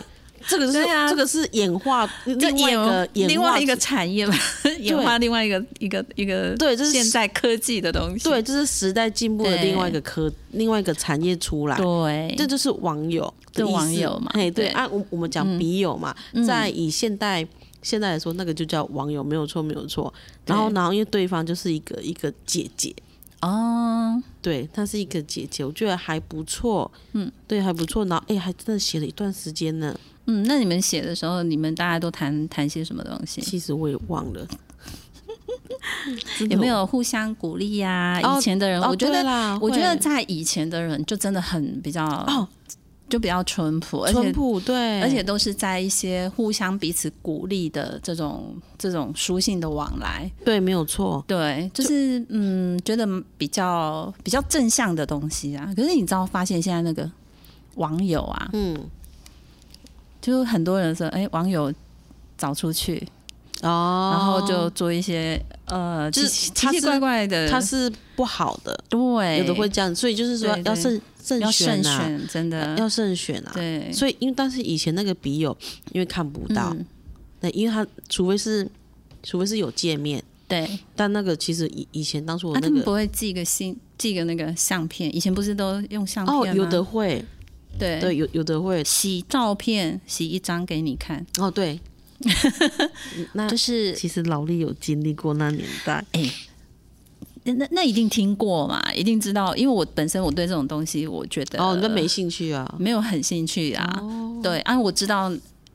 F: 这个是、
C: 对啊
F: 这个是演化另外一
C: 演
F: 个演
C: 另
F: 化
C: 外一个产业吧， 演化另外一个一个一个
F: 对这是
C: 现代科技的东西，
F: 对，这是时代进步的
C: 对
F: 另外一个科另外一个产业出来。
C: 对
F: 这就是网友的
C: 对
F: 意思
C: 网友嘛
F: 嘿，对
C: 对嗯
F: 啊，我我们讲笔友嘛，在以现代现代来说，那个就叫网友，没有错，没有错。然后，
C: 对
F: 然后因为对方就是一个一个姐姐，
C: 哦，
F: 对，她是一个姐姐，我觉得还不错，嗯，对，还不错。然后，哎，还真的写了一段时间呢，
C: 嗯，那你们写的时候，你们大家都谈谈些什么东西？
F: 其实我也忘了，真的
C: 有没？有互相鼓励呀、
F: 哦
C: 以前的人，
F: 哦
C: 我觉得
F: 对啦，
C: 我觉
F: 会
C: 得在以前的人就真的很比较，
F: 哦，
C: 就比较淳朴，而
F: 淳
C: 且
F: 朴，对，
C: 而且都是在一些互相彼此鼓励的这种这种书信的往来。
F: 对，没有错，
C: 对，就是嗯，觉得比较比较正向的东西啊。可是你知道，发现现在那个网友啊，
F: 嗯，
C: 就是很多人说，哎、网友找出去，
F: 哦，
C: 然后就做一些、呃，
F: 就是
C: 奇奇
F: 他
C: 奇
F: 是
C: 怪怪的，
F: 他是不好的，
C: 对，
F: 有的会这样，所以就是说
C: 对对
F: 要慎慎
C: 要慎
F: 选啊。
C: 选，真的
F: 要慎选啊。
C: 对，
F: 所以因为但是以前那个笔友，因为看不到，
C: 嗯
F: 那、因为他除非是除非是有界面，
C: 对，
F: 但那个其实以以前当初我
C: 那
F: 那
C: 啊他们
F: 个、
C: 不会寄个信，寄个那个相片，以前不是都用相片
F: 哦，
C: 吗
F: 有的会，
C: 对
F: 对，有有的会，
C: 洗照片，洗一张给你看，
F: 哦对，那
C: 就是
F: 其实老力有经历过那年 代，
C: 那那那一定听过嘛，一定知道，因为我本身我对这种东西，我觉得
F: 哦，你都没哦兴趣啊，
C: 没有很兴趣啊，对，啊，我知道。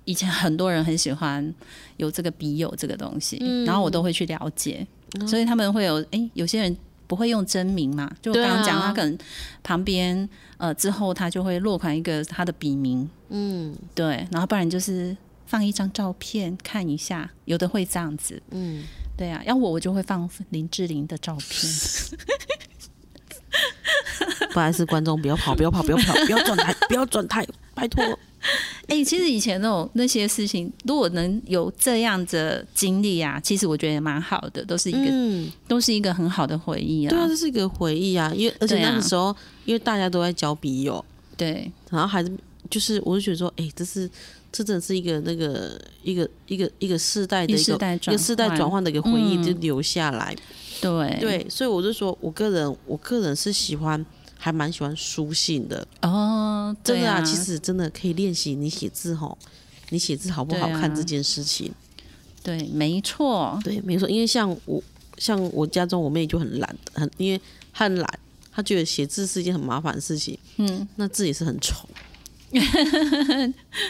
C: 以前很多人很喜欢有这个笔友这个东西，
F: 嗯
C: 然后我都会去了解，
F: 哦
C: 所以他们会有哎、有些人不会用真名嘛，就我
F: 对
C: 刚
F: 啊
C: 刚讲，他可能旁边呃之后他就会落款一个他的笔名，
F: 嗯
C: 对，然后不然就是放一张照片看一下，有的会这样子，
F: 嗯，
C: 对啊，要我我就会放林志玲的照片，
F: 不好意思，观众不要跑，不要跑，不要跑，不要转台，不要转台，拜 托，
C: 哎、其实以前那种那些事情，如果能有这样的经历啊，其实我觉得也蛮好的，都是一个、
F: 嗯。
C: 都是一个很好的回忆
F: 对啊，
C: 啊。
F: 这是一个回忆啊，因为而且
C: 对啊
F: 那个时候，因为大家都在交笔友，
C: 对
F: 然后还是就是我就觉得说，哎、这是这真的是一个那个一个一个一个世代的
C: 一
F: 一个
C: 世代
F: 一
C: 转
F: 个世代
C: 换
F: 转换的一个回忆
C: 嗯
F: 就留下来。
C: 对
F: 对，所以我就说我个人我个人是喜欢。还蛮喜欢书信的，
C: 哦，
F: 真
C: 对
F: 的
C: 啊，
F: 其实真的可以练习你写字吼，你写字好不
C: 对
F: 好
C: 啊
F: 看这件事情。
C: 对，没错，
F: 对，没错，因为像我像我家中我妹就很懒，很因为她很懒，她觉得写字是一件很麻烦的事情。嗯，那字也是很 丑，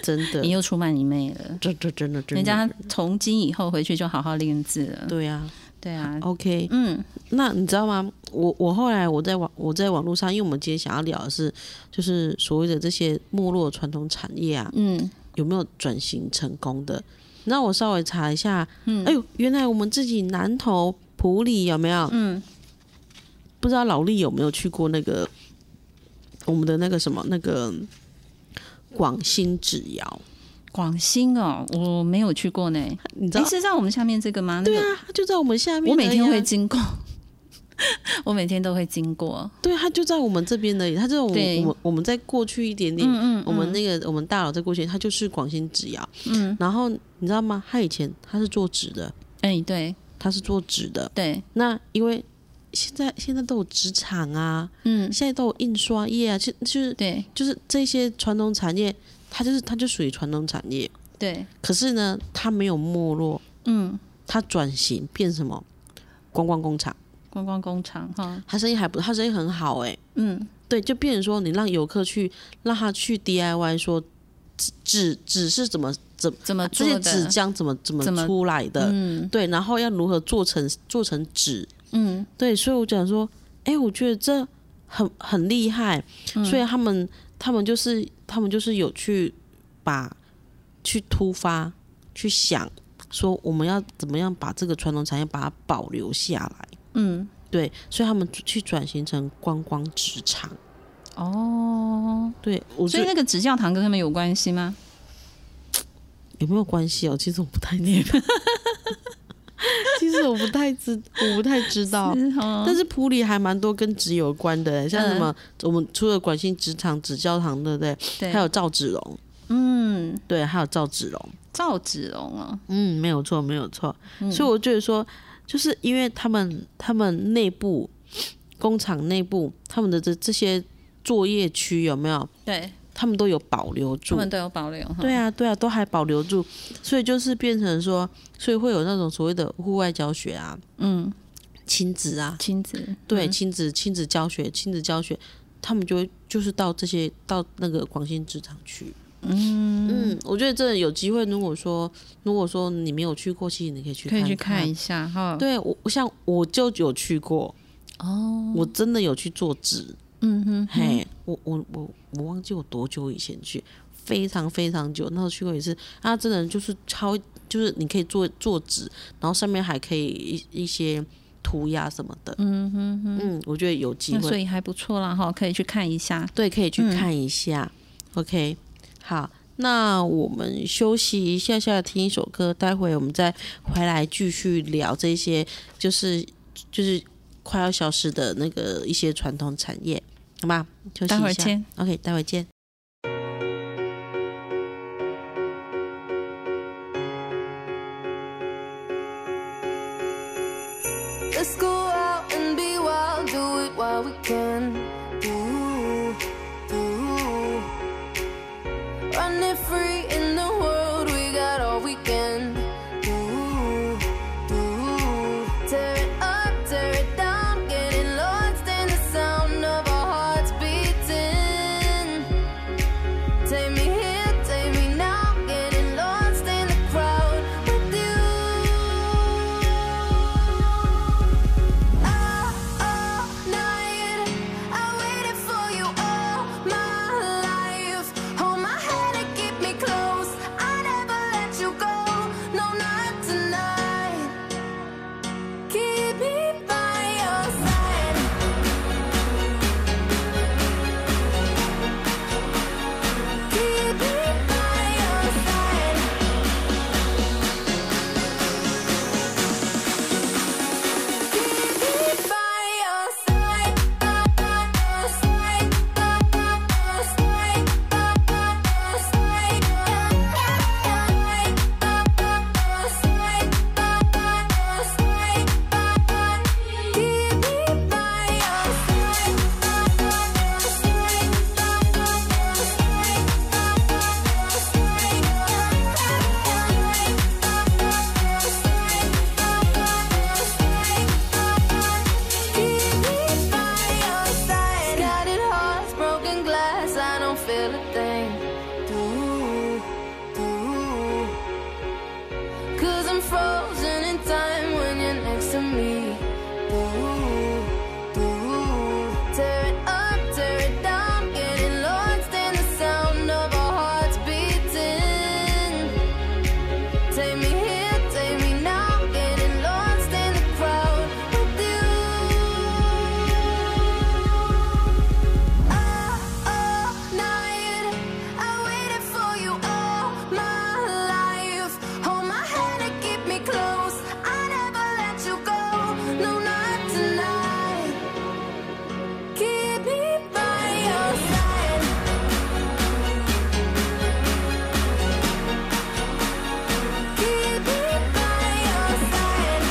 F: 真的
C: 你，又出卖你妹了。
F: 这这真的真的，
C: 人家从今以后回去就好好练字了。
F: 对呀、
C: 对啊
F: 啊，，OK，
C: 嗯，
F: 那你知道吗？我我后来我在网我在网络上，因为我们今天想要聊的是，就是所谓的这些没落传统产业啊，
C: 嗯，
F: 有没有转型成功的？那我稍微查一下，嗯，哎呦，原来我们自己南投埔里有没有？
C: 嗯，
F: 不知道老力有没有去过那个我们的那个什么那个广兴指窑？
C: 广兴哦，我没有去过呢。
F: 你知道
C: 诶，？是在我们下面这个吗？那
F: 对
C: 个，
F: 啊，它就在我们下面而已啊。
C: 我每天会经过， 我每天都会经过。
F: 对，它就在我们这边的，它就在我们
C: 对
F: 我们我们再过去一点点，
C: 嗯嗯，
F: 我们
C: 嗯
F: 那个我们大佬再过去，它就是广兴纸窑。
C: 嗯，
F: 然后你知道吗？他以前他是做纸的，
C: 哎，对
F: 他是做纸的。
C: 对，
F: 那因为现在现在都有纸厂啊，
C: 嗯
F: 现在都有印刷业啊，就就是
C: 对
F: 就是这些传统产业，它就是它就属于传统产业。
C: 对，
F: 可是呢，它没有没落，
C: 嗯，
F: 它转型变什么？观光工厂，
C: 观光工厂哈，
F: 它生意还不，它生意很好哎、
C: 嗯
F: 对，就变成说你让游客去，让他去 DIY，说纸纸纸是怎么怎么
C: 怎么
F: 啊这
C: 做
F: 些纸
C: 的？
F: 浆怎么怎么
C: 怎么
F: 出来的，
C: 嗯
F: 对，然后要如何做成做成纸，
C: 嗯
F: 对，所以我讲说，哎，我觉得这很很厉害，
C: 嗯
F: 所以他们他们就是他们就是有去把去突发去想说我们要怎么样把这个传统产业把它保留下来，
C: 嗯，
F: 对，所以他们去转型成观光职场，
C: 哦，
F: 对我
C: 所
F: 觉
C: 以
F: 得
C: 那个指教堂跟他们有关系吗？
F: 有没有关系哦？其实我不太那个 其实我不太知我不太知道，嗯
C: 哦，
F: 但是普里还蛮多跟纸有关的、欸像什么、我们除了管兴纸厂、纸教堂，对不对？
C: 对，
F: 还有赵子龙，
C: 嗯，
F: 对，还有赵子龙，
C: 赵子龙哦，
F: 嗯，没有错，没有错。所以我觉得说，就是因为他们他们内部工厂内部他们的这这些作业区有没有？
C: 对，
F: 他们都有保留
C: 他
F: 住，
C: 们都有保留哈，
F: 对啊，对啊，都还保留住，所以就是变成说，所以会有那种所谓的户外教学啊，
C: 嗯，
F: 亲子啊，
C: 亲子，
F: 对，
C: 嗯
F: 亲子亲子教学，亲子教学，他们就会就是到这些到那个广兴职场去。嗯我觉得真的有机会。如果说如果说你没有去过，其实你可以去
C: 可以
F: 看
C: 去看一下哈，
F: 对我，我像我就有去过，
C: 哦，
F: 我真的有去做纸。
C: 嗯哼，
F: 嘿，我我我我忘记我多久以前去，非常非常久，那时候去过一次。啊，真的就是超，就是你可以做做纸，然后上面还可以一一些涂鸦什么的。嗯哼嗯，我觉得有机
C: 那所
F: 会，
C: 以还不错啦哈，可以去看一下，
F: 对，可以
C: 嗯
F: 去看一下。OK，好。那我们休息一下下，听一首歌，待会我们再回来继续聊这些，就是就是快要消失的那个一些传统产业，好吧？休息
C: 待会
F: 一
C: 儿
F: 下。
C: 见。
F: OK，待会见。
H: Let's go out and be wild, do it while we can. Ooh, ooh. Run it free in the world, we got all weekend. Ooh, ooh. Tear it up, tear it down, getting lost in the sound of our hearts beating. Take me here, take me now, getting lost in the crowd with you. All, all Oh, night, I waited for you all my life. Hold my hand and keep me close. everything. Ooh, ooh. Cause I'm frozen in time when you're next to me. Ooh, ooh. Tear it up, tear it down, getting lost in the sound of our hearts beating. Take me here, take me now, getting lost in the crowd with you. All night, I waited for you all my life. Hold my hand and keep me close. I never let you go, no not tonight. Keep me by your side. Keep me by your side.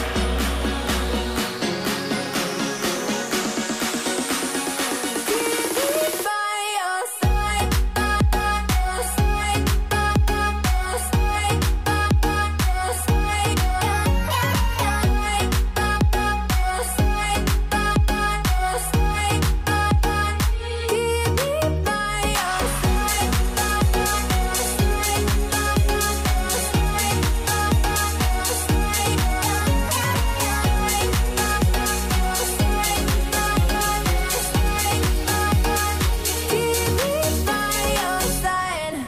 H: Side.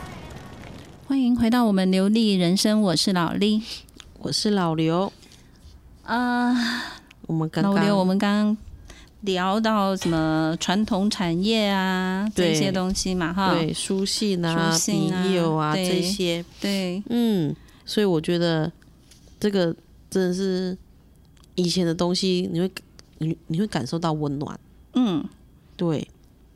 C: 欢迎回到我们流利人生，我是老李。
F: 我是老刘，
C: 呃，
F: 我们刚
C: 老
F: 刚
C: 刘，我们刚刚聊到什么传统产业啊这
F: 对
C: 些东西嘛，哈，
F: 对书信啊、
C: 书信啊
F: 笔友啊
C: 对
F: 这些，
C: 对
F: 嗯，所以我觉得这个真的是以前的东西，你会你你会感受到温暖，
C: 嗯，
F: 对，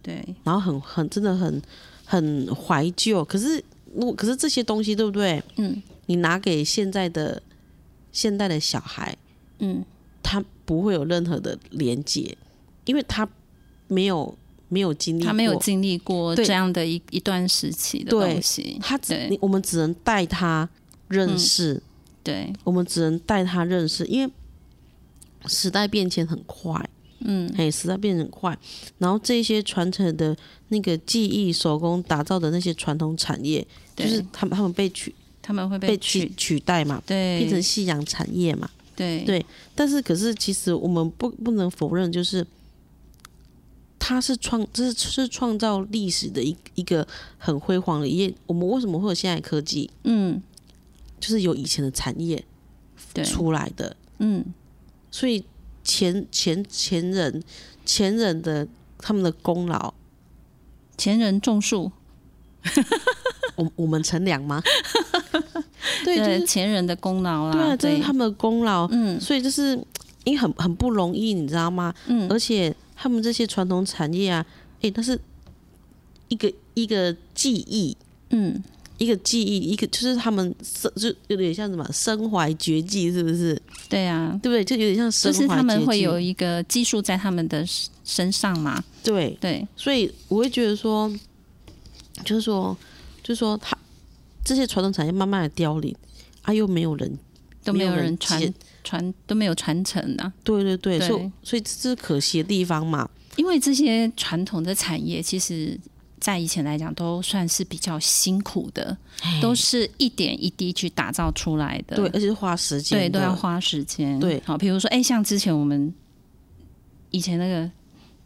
C: 对，
F: 然后很很真的很很怀旧，可是我可是这些东西对不对？
C: 嗯
F: 你拿给现在的现代的小孩，
C: 嗯，
F: 他不会有任何的连接，因为他没有没有经历过，
C: 他没有经历过
F: 对
C: 这样的一一段时期的
F: 对
C: 东西，
F: 他只
C: 对
F: 你我们只能带他认
C: 嗯
F: 识，
C: 对，
F: 我们只能带他认识，因为时代变迁很快，
C: 嗯
F: 哎，时代变得很快，然后这些传承的那个技艺、手工打造的那些传统产业，就
C: 对
F: 是他们他们被取
C: 他们会
F: 被取
C: 取，
F: 取代嘛，
C: 对，
F: 变成夕阳产业嘛。
C: 对
F: 对但是，可是其实我们不不能否认，就是它是创，这是是创造历史的一一个很辉煌的一页。我们为什么会有现在的科技？
C: 嗯
F: 就是有以前的产业
C: 对，
F: 出来的，
C: 嗯
F: 所以前前前人前人的他们的功劳，
C: 前人种树，
F: 我我们乘凉吗？ 对，就
C: 对
F: 是
C: 前人的功劳
F: 对啊，
C: 啦，
F: 这是他们的功劳，
C: 嗯
F: 所以就是因为很很不容易，你知道吗？
C: 嗯
F: 而且他们这些传统产业啊，诶，那是一个一个技艺。
C: 嗯，
F: 一个技艺，一个就是他们生就有点像什么身怀绝技，是不是？
C: 对啊。
F: 对不对？就有点像
C: 就
F: 身怀绝技。
C: 是他们会有一个技术在他们的身上嘛，
F: 对，
C: 对，
F: 所以我会觉得说，就是说，就是说他，这些传统产业慢慢的凋零，啊，又没有人，
C: 都没有
F: 没有人
C: 人传
F: 接
C: 传都没有传承啊，
F: 对对对，
C: 对
F: 所以所以这是可惜的地方嘛。
C: 因为这些传统的产业，其实在以前来讲都算是比较辛苦的，都是一点一滴去打造出来
F: 哎
C: 的，
F: 对，而且是花时间
C: 对，
F: 的，
C: 都要花时间。
F: 对
C: 好，比如说，哎、像之前我们以前那个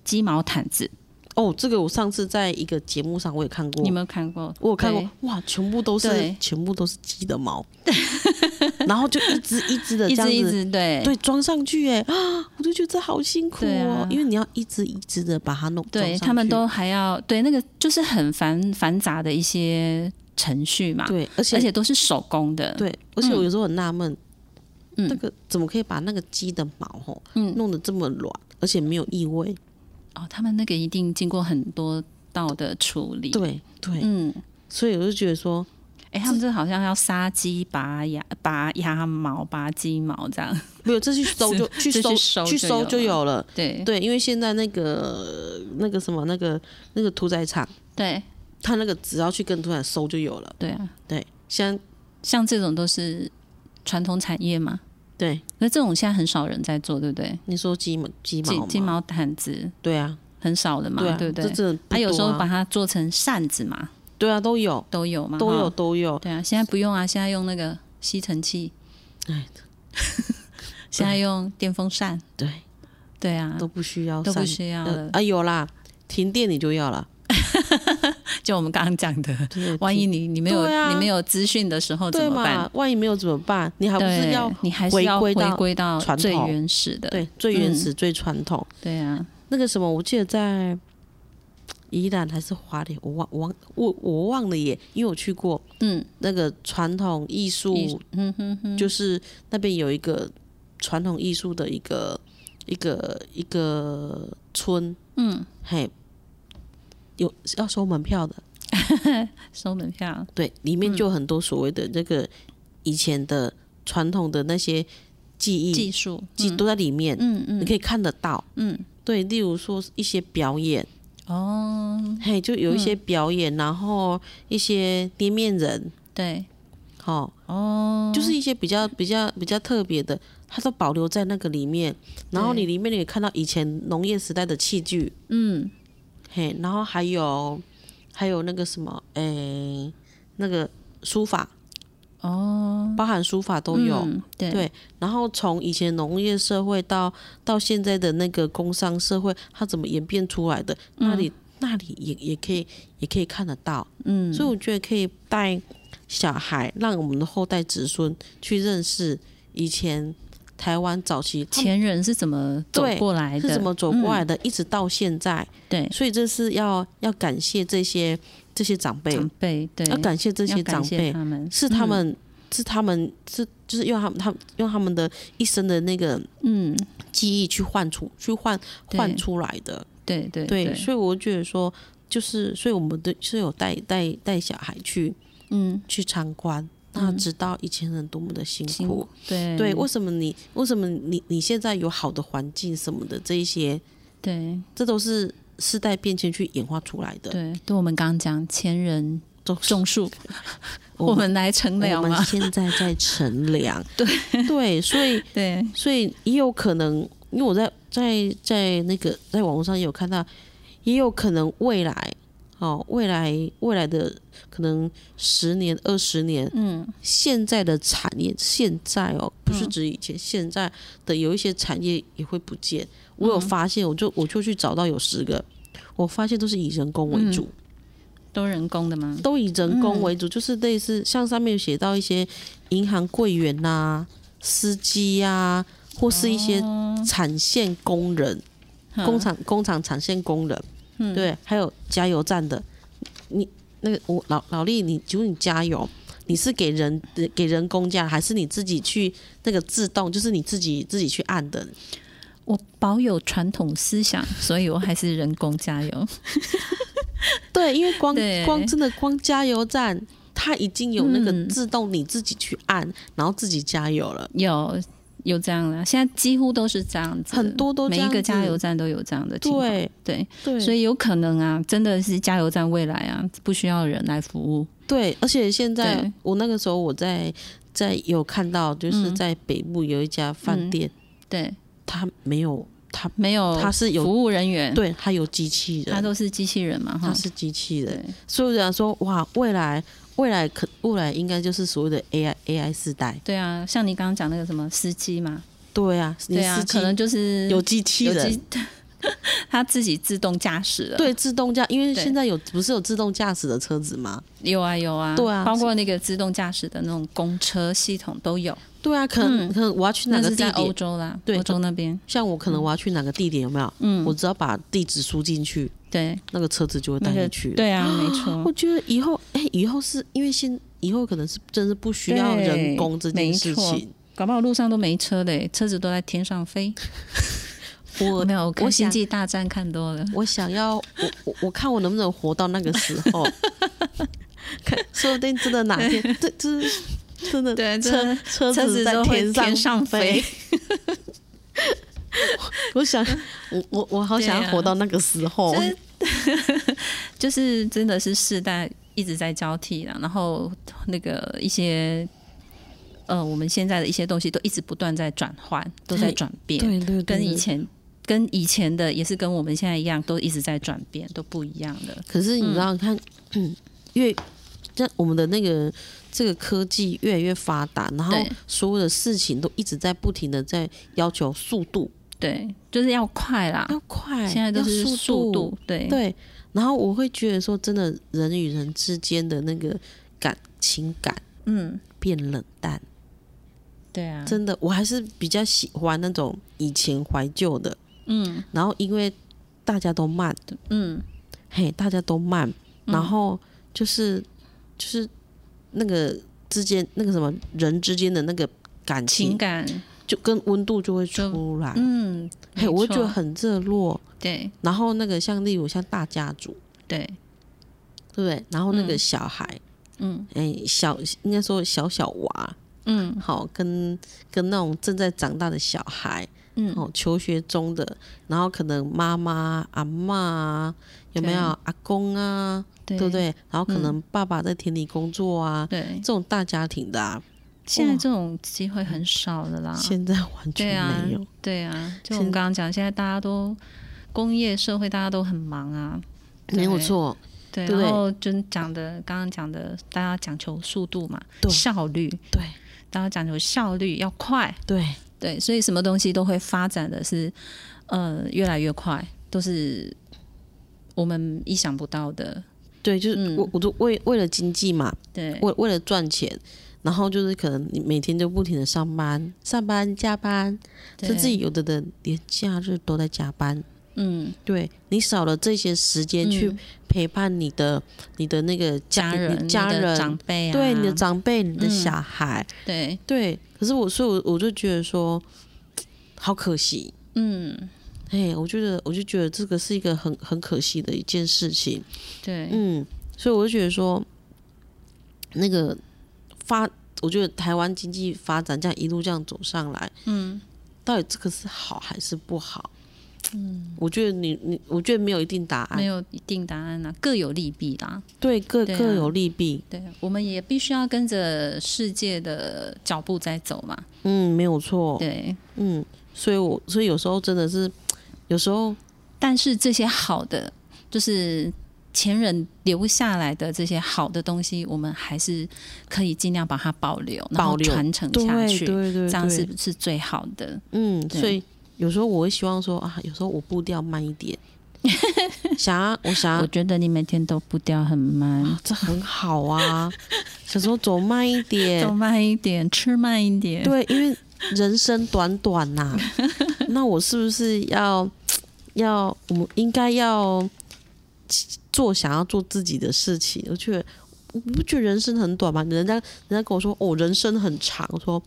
C: 鸡毛毯子，
F: 哦，这个我上次在一个节目上我也看过，
C: 你有没有看过？
F: 我有看过
C: 对，
F: 哇，全部都是
C: 对
F: 全部都是鸡的毛， 然后就一只一只的这
C: 一
F: 样
C: 直
F: 子，
C: 一直对
F: 对，装上去哎 啊，我就觉得这好辛苦
C: 对
F: 哦，
C: 啊
F: 因为你要一只一只的把它弄，装
C: 对，
F: 上
C: 他们
F: 去
C: 都还要对那个就是很繁繁杂的一些程序嘛，
F: 对，而且
C: 而且都是手工的，
F: 对，而且
C: 嗯
F: 我有时候很纳闷，
C: 嗯
F: 那个怎么可以把那个鸡的毛吼
C: 嗯，
F: 弄得这么软，而且没有异味？
C: 哦，他们那个一定经过很多道的处理，，
F: 对对，
C: 嗯。
F: 所以我就觉得说，
C: 哎、他们这好像要杀鸡、拔牙、拔鸭毛、拔鸡毛这样。
F: 没有，这去搜就去
C: 这
F: 搜
C: 去搜
F: 去
C: 就
F: 搜
C: 有
F: 就
C: 了
F: 有了。
C: 对
F: 对，因为现在那个那个什么那个那个屠宰场，
C: 对
F: 他那个只要去跟屠宰搜就有了。
C: 对啊，
F: 对，现在
C: 像这种都是传统产业嘛，
F: 对
C: 可是这种现在很少人在做，对不对？
F: 你说鸡毛鸡毛
C: 鸡
F: 吗
C: 鸡毛毯子
F: 对啊
C: 很少了嘛，
F: 对啊，
C: 不
F: 这
C: 对？
F: 真的不
C: 他、有
F: 多
C: 时候嗯
F: 啊
C: 把它做成扇子嘛，
F: 对啊，都有，
C: 都有嘛，
F: 都有，
C: 哈
F: 都有。
C: 对啊，现在不用啊，现在用那个吸尘器，
F: 哎，
C: 现在用电风扇，
F: 对，
C: 对啊，
F: 都不需要
C: 都
F: 散，
C: 不需要
F: 呃
C: 了。
F: 啊，有啦，停电你就要了。
C: 就我们刚刚讲的，万一你你没有、
F: 对啊
C: 你没有资讯的时候怎
F: 对
C: 么
F: 嘛
C: 办？？
F: 万一没有怎么办？你还不是
C: 对
F: 要，
C: 你还是要
F: 回
C: 回
F: 归到
C: 归到
F: 传统
C: 最原始的，
F: 对最原
C: 嗯
F: 始、最传统
C: 对啊，
F: 那个什么？我记得在宜兰还是花莲，我忘我忘我我忘了耶，因为我去过
C: 嗯，
F: 那个传统艺
C: 艺
F: 术，
C: 嗯哼哼，
F: 就是那边有一个传统艺术的一个一个一个村，
C: 嗯，
F: 嘿，有是要收门票的，
C: 收门票，
F: 对，里面就有很多所谓的那个以前的传统的那些技艺
C: 技术，
F: 技
C: 嗯
F: 都在里面，
C: 嗯
F: 你
C: 嗯
F: 可以看得到。
C: 嗯，
F: 对，例如说一些表演，
C: 哦，
F: 嘿，就有一些表演，然后一些捏面人，
C: 对，
F: 哦，
C: 哦，
F: 就是一些比较比较比较特别的，它都保留在那个里面。然后你里面你也看到以前农业时代的器具，
C: 嗯，
F: 嘿，然后还有还有那个什么，诶、那个书法，
C: 哦，
F: 包含书法都有。
C: 嗯对
F: 对然后从以前农业社会到到现在的那个工商社会，它怎么演变出来的？那里、那里也也可以也可以看得到，
C: 嗯，
F: 所以我觉得可以带小孩，让我们的后代子孙去认识以前台湾早期他们
C: 前人是怎么走
F: 对
C: 过来的？嗯
F: 是怎么走过来的，一直到现在。
C: 对
F: 所以这是要要感谢这些这些长辈，
C: 长辈？对，
F: 要感谢这
C: 要
F: 些
C: 感
F: 长
C: 谢
F: 辈，
C: 他嗯们
F: 是他，们、是他们是就是用他们他们用他们的一生的那个
C: 嗯，嗯
F: 记忆去换出去换
C: 对
F: 换出来的。
C: 对对
F: 对，
C: 对，
F: 所以我觉得说，就是所以我们对是有带带带小孩去
C: 嗯，
F: 去参观，那知道以前人多么的嗯辛
C: 辛
F: 苦嗯
C: 苦。对
F: 对，为什么你为什么你你现在有好的环境什么的这一些，
C: 对
F: 这都是世代变迁去演化出来的。
C: 对，对我们刚刚讲前人
F: 种
C: 种树，
F: 我
C: 我们来乘
F: 我
C: 凉吗
F: 们？现在在乘凉， 对对，所以
C: 对，
F: 所以也有可能，因为我在在在那个在网络上也有看到，也有可能未来哦，未来未来的可能十年、二十年，
C: 嗯，
F: 现在的产业，现在哦，不是指以前，现在的有一些产业也会不见。我有发现，我就我就去找到有十个，我发现都是以人工为主，
C: 都人工的吗？
F: 都以人工为主，就是类似像上面有写到一些银行柜员呐、司机呀、或是一些产线工人、
C: 嗯
F: 工厂工厂产线工人，对，还有加油站的。你那个我老老力，你请问你加油，你是给人给人工加，还是你自己去那个自动，就是你自己自己去按的？
C: 我保有传统思想，所以我还是人工加油。
F: 对，因为光
C: 对
F: 光真的光加油站，它已经有那个
C: 嗯
F: 自动你自己去按，然后自己加油了。
C: 有有这样的啊，现在几乎都是这样子，
F: 很多都这
C: 每
F: 样
C: 一
F: 子
C: 个加油站都有这样的情况。
F: 对
C: 对，
F: 对，
C: 所以有可能啊，真的是加油站未来啊，不需要人来服务。
F: 对，而且现在
C: 对
F: 我那个时候我在在有看到，就是在北部有一家饭店，
C: 对，
F: 它没有它，
C: 没有，
F: 它是有
C: 服务人员，，
F: 对，它有机器
C: 他
F: 人，
C: 都是机器人嘛，
F: 它
C: 哈。
F: 是机器
C: 对
F: 人，，所以我想说，哇，未来未来可未来应该就是所谓的 AI AI 时代，
C: 对啊，像你刚刚讲那个什么司机嘛，
F: 对啊，你
C: 对啊
F: 司，机
C: 可能就是
F: 有机器
C: 有
F: 人
C: 机， 他自己自动驾驶了。
F: 对，自动驾，因为
C: 对
F: 现在有不是有自动驾驶的车子吗？
C: 有啊有啊，
F: 对啊
C: 包括那个自动驾驶的那种公车系统都有，
F: 对啊，可能、
C: 嗯
F: 可能我要去哪
C: 那
F: 个
C: 是
F: 地
C: 在欧
F: 点，
C: 洲啦，
F: 对
C: 欧洲那边，
F: 像我可能我要去哪个地点有没有？
C: 嗯
F: 我，只要把地址输进去，
C: 对，
F: 那个车子就会带
C: 那个
F: 你去。
C: 对啊，没
F: 我
C: 错，
F: 觉得以后，哎、以后是因为现以后可能是真是不需要
C: 对
F: 人工这件事
C: 没
F: 情。
C: 搞不好路上都没车嘞，车子都在天上飞。
F: 我
C: 没 有，我看
F: 我
C: 《星
F: 想
C: 际大战》看多了，
F: 我想要，我我我看我能不能活到那个时候，看说不定真的哪天，这这是真的
C: 对
F: 车
C: 真的
F: 车
C: 车
F: 子
C: 子
F: 在
C: 都会天
F: 上
C: 上飞。
F: 我想，我我我好想
C: 对
F: 要
C: 啊
F: 活到那个时候。
C: 真 就是真的是世代一直在交替啦，然后那个一些呃，我们现在的一些东西都一直不断在转换，都在转变，
F: 对对对
C: 跟以
F: 对
C: 前。跟以前的也是跟我们现在一样，都一直在转变，都不一样的。
F: 可是你知道，看，嗯越这我们的那个这个科技越来越发达，然后
C: 对
F: 所有的事情都一直在不停的在要求速度，啊
C: 对，就是要快啦。
F: 要快，
C: 现在都是
F: 要
C: 速
F: 速
C: 度，对
F: 对，然后我会觉得说，真的人与人之间的那个感情感
C: 嗯，
F: 变冷淡，
C: 对啊，
F: 真的，我还是比较喜欢那种以前怀旧的，
C: 嗯
F: 然后因为大家都慢，
C: 嗯，
F: 嘿，大家都慢，然后就是、就是那个之间那个什么人之间的那个感情，
C: 情感，
F: 就跟温度就会
C: 就
F: 出来，
C: 嗯，
F: 啊嘿，我
C: 没
F: 会觉得
C: 错
F: 很热络。
C: 对
F: 然后那个像例如像大家族，
C: 对，
F: 对不对？然后那个
C: 嗯
F: 小孩，
C: 嗯
F: 哎、小应该说小小娃，
C: 嗯
F: 好跟跟那种正在长大的小孩，
C: 嗯，
F: 哦，求学中的，然后可能妈妈、阿妈啊，有没有
C: 对
F: 阿公啊，
C: 对嗯
F: 对不？对？然后可能爸爸在田里工作啊，
C: 对
F: 这，种大家庭的啊，
C: 现在
F: 哇
C: 这种机会很少了啦。
F: 现在完
C: 啊对
F: 全
C: 啊
F: 没有。，
C: 对啊，就我们
F: 现
C: 刚刚讲，现在大家都工业社会，大家都很忙啊。
F: 没有
C: 对
F: 错，
C: 对，
F: 对不对
C: 然后就讲的刚刚讲的，大家讲求速度嘛，
F: 对
C: 效率，
F: 对
C: 大家讲求效率要快，
F: 对
C: 对，所以什么东西都会发展的是，呃，越来越快，都是我们意想不到的。
F: 对，就是
C: 嗯
F: 我，我就为为了经济嘛，
C: 对，
F: 为为了赚钱，然后就是可能你每天就不停的上班、上班、加班，
C: 对
F: 甚至有的人连假日都在加班。
C: 嗯，
F: 对你少了这些时间去
C: 嗯
F: 陪伴你的、你的那个家
C: 家
F: 你
C: 人、
F: 家
C: 你的
F: 人、
C: 长辈啊，
F: 对你的长辈、你的
C: 嗯
F: 小孩，
C: 对，
F: 对。可是我，所以我我就觉得说，好可惜。
C: 嗯，
F: 哎，我觉得，我就觉得这个是一个很很可惜的一件事情。
C: 对，
F: 嗯，所以我就觉得说，那个发，我觉得台湾经济发展这样一路这样走上来，
C: 嗯，
F: 到底这个是好还是不好？嗯，我觉得你你，我觉得没有一定答
C: 没
F: 案，
C: 有一定答案啦、啊各有利弊啦。
F: 对各
C: 对啊
F: 各有利弊，
C: 对，我们也必须要跟着世界的脚步在走嘛。
F: 嗯，没有错，
C: 对，
F: 嗯，所以我所以有时候真的是，有时候
C: 但是这些好的，就是前人留下来的这些好的东西，我们还是可以尽量把它保留，然
F: 保
C: 后
F: 留
C: 传承
F: 对
C: 下
F: 对
C: 去，
F: 对对，
C: 这样是是最好的。
F: 嗯，
C: 对
F: 所以有时候我会希望说啊，有时候我步调慢一点， 想要我想要
C: 我觉得你每天都步调很慢
F: 啊，，这很好啊。想说走慢一
C: 走
F: 点，
C: 慢一点，吃慢一点。
F: 对，因为人生短短 呐、那我是不是要要我们应该要做想要做自己的事情？我觉得你不觉得人生很短吗？人家人家跟我说哦，人生很长，我说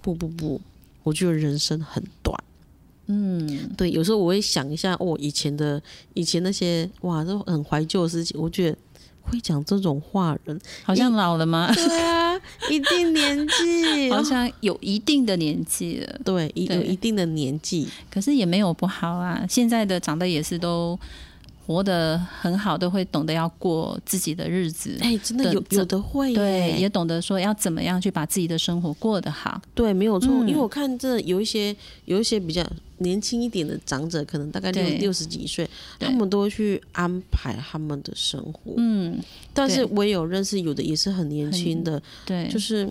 F: 不不不，我觉得人生很短。
C: 嗯，
F: 对，有时候我会想一下，哦，以前的以前那些哇，都很怀旧的事情，我觉得会讲这种话的人，
C: 好像老了吗？
F: 对啊， 一定年纪，
C: 好像有一定的年纪了，
F: 对，一
C: 对
F: 有一定的年纪，
C: 可是也没有不好啊。现在的长辈也是都活得很好，都会懂得要过自己的日子。
F: 哎、真的
C: 对
F: 有
C: 这
F: 有的会耶，
C: 对，也懂得说要怎么样去把自己的生活过得好。
F: 对，没有错，
C: 嗯
F: 因为我看真的有一些有一些比较年轻一点的长者，可能大概六
C: 对
F: 六十几岁，
C: 对
F: 他们都会去安排他们的生活，
C: 嗯，
F: 但是
C: 对
F: 我也有认识有的也是很年轻的，
C: 对，
F: 就是是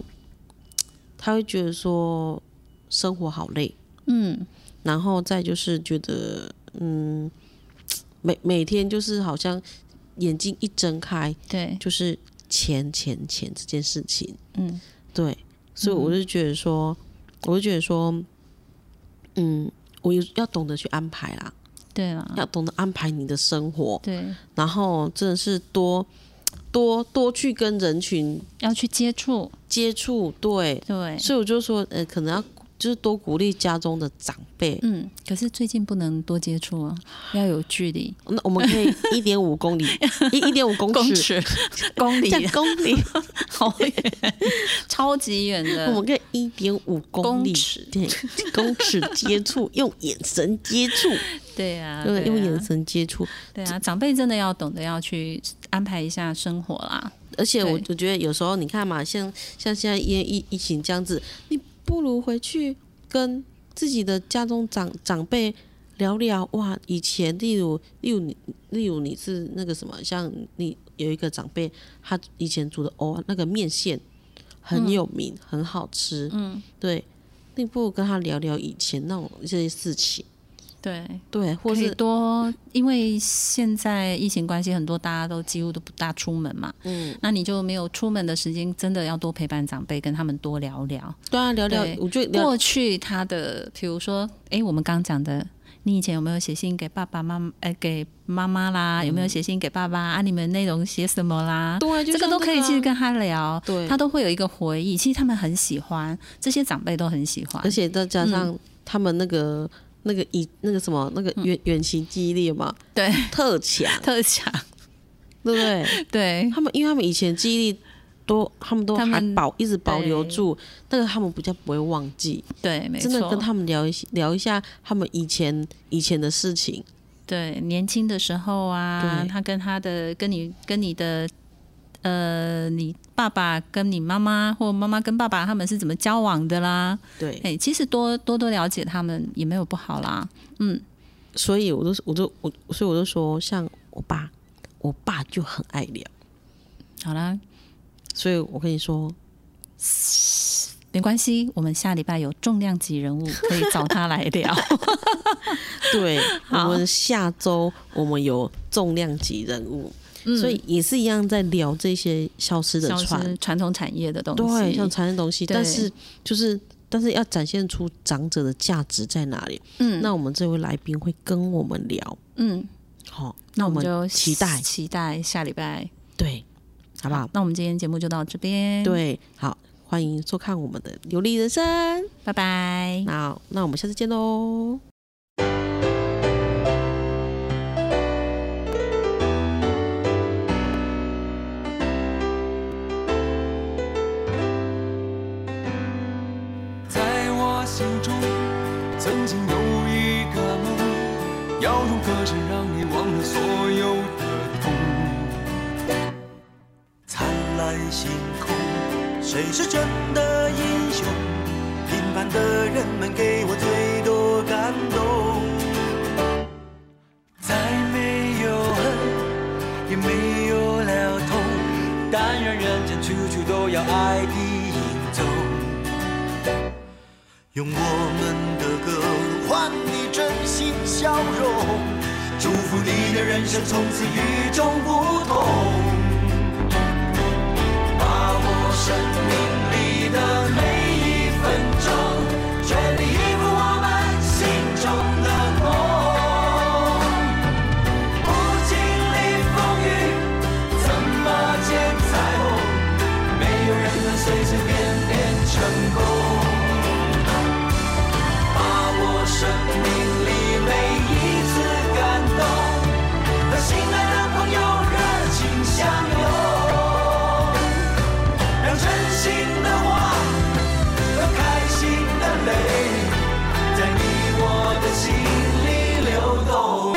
F: 他会觉得说生活好累，
C: 嗯，
F: 然后再就是觉得，嗯，每每天就是好像眼睛一睁开
C: 对，
F: 就是钱钱钱这件事情，
C: 嗯，
F: 对，所以我就觉得说，我就觉得说，嗯，我有要懂得去安排啦，
C: 对啦，
F: 要懂得安排你的生活，
C: 对，
F: 然后真的是多多多去跟人群
C: 要去接触，
F: 接触，对，
C: 对，
F: 所以我就说，呃，可能要就是多鼓励家中的长辈，
C: 嗯，可是最近不能多接触 啊，要有距离，
F: 那我们可 以一点五公里，一一点五公
C: 公
F: 尺，
C: 尺、公里
F: 这，样公里，
C: 好远，超级远
F: 我 们
C: 的，
F: 可以一点五公里
C: 公尺，
F: 对，公尺接触，用眼神接触，
C: 对啊，
F: 对，
C: 对
F: 用眼
C: 啊，
F: 神接触。
C: 对啊，长辈真的要懂得要去安排一下生活啦，
F: 而且我
C: 对
F: 我觉得有时候你看嘛，像像现在疫疫疫情这样子，你不如回去跟自己的家中长长辈聊聊哇，以前例如例如你例如你是那个什么，像你有一个长辈，他以前煮的哦那个面线很有名，很好吃。嗯，对，你不如跟他聊聊以前那种这些事情，
C: 对，
F: 对，或
C: 可以
F: 是
C: 多，因为现在疫情关系，很多大家都几乎都不大出门嘛，嗯，那你就没有出门的时间，真的要多陪伴长辈，跟他们多聊聊。
F: 对啊聊聊
C: 对，
F: 我觉得聊
C: 过去他的，比如说，诶，我们刚讲的，你以前有没有写信给爸爸妈妈？呃，给妈妈啦？有没有写信给爸爸啊？你们内容写什么啦？
F: 嗯对啊，就
C: 这个
F: 像
C: 都可以
F: 啊
C: 去跟他聊，
F: 对
C: 他都会有一个回忆。其实他们很喜欢，这些长辈都很喜欢
F: 而。且再加
C: 嗯
F: 上他们那个、那个以那个什么那个远远期记忆力嘛，
C: 对，
F: 特强，
C: 特强，
F: 对不 对？
C: 对，
F: 他们因为他们以前记忆力都，他们都
C: 他
F: 还
C: 们
F: 保一直保留
C: 对
F: 住，那个他们比较不会忘记。
C: 对，没
F: 真的跟
C: 错。
F: 他们聊一些聊一下他们以前以前的事情，
C: 对，年轻的时候啊
F: 对，
C: 他跟他的跟你跟你的呃，你爸爸跟你妈妈或妈妈跟爸爸他们是怎么交往的啦？
F: 对，
C: 哎、其实多多多了解他们也没有不好啦。
F: 所以我都我都我，所以我就说，像我爸，我爸就很爱聊，
C: 好啦，
F: 所以我跟你说，
C: 没关系，我们下礼拜有重量级人物可以找他来 聊。
F: 对，我
C: 好
F: 们下周我们有重量级人物，所以也是一样在聊这些消失的
C: 像是
F: 船，
C: 传统产嗯业的东
F: 对，
C: 西，
F: 像传的东西，
C: 对
F: 但是就是但是要展现出长者的价值在哪里。
C: 嗯
F: 那我们这位来宾会跟我们聊，
C: 嗯，
F: 好，
C: 那
F: 那
C: 我
F: 我
C: 们就
F: 们期待，
C: 期待下礼拜，
F: 对，好不好？
C: 那我们今天节目就到这边，，
F: 对，好，欢迎收看我们的《流利人生》
C: 拜拜。
F: 那。那我们下次见喽。
I: 在我心中，曾经有一个梦，要用歌声让你忘了所有的痛。
G: 灿烂星空，谁是真的英雄？平凡的人们给我最多感动。再没有恨，也没有了痛，但愿人间处处都有爱的影踪。用我们的歌换你真心笑容，祝福你的人生从此与众不同。把握生命里的每一分钟，全力以赴我们心中的梦。不经历风雨，怎么见彩虹？没有人能随随便便成功。把握生命里每一次感动，和心爱的朋友热情相拥。让真心的话和开心的泪，在你我的心里流动。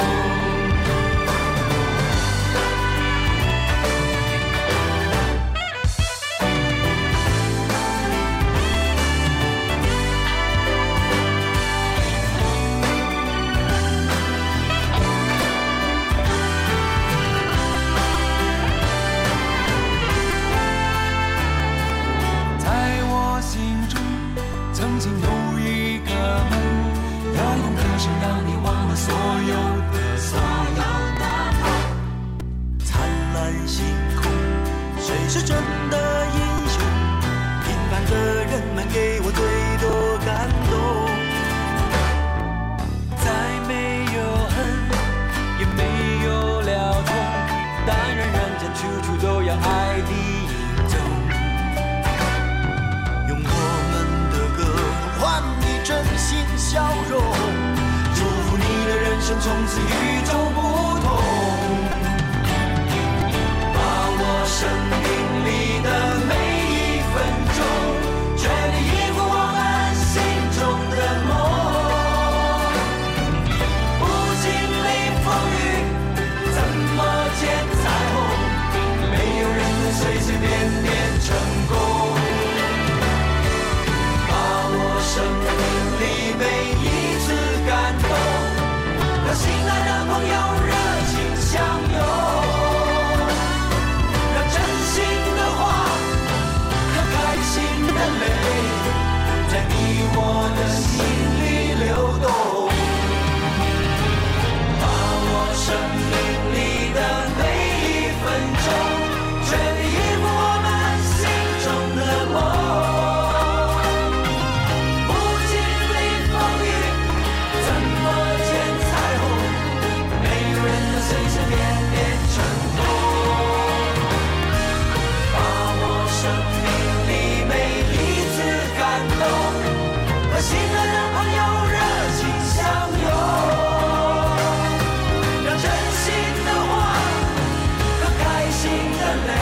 G: 在我心中，曾经有一个梦，要用歌声让你忘了所有的所有的灿烂星空，谁是真的英雄？平凡的人们给我最多感动。
I: 再没有恨，也没有了痛，但愿人间处处都有爱的影踪。
G: 用我们的歌换你真心笑容，祝福你的人生从此与众不同。把握生命里的每一分钟，全力以赴我们心中的梦。不经历风雨，怎么见彩虹？没有人能随随便便成功。把握生命里每一次感动，和心爱的朋友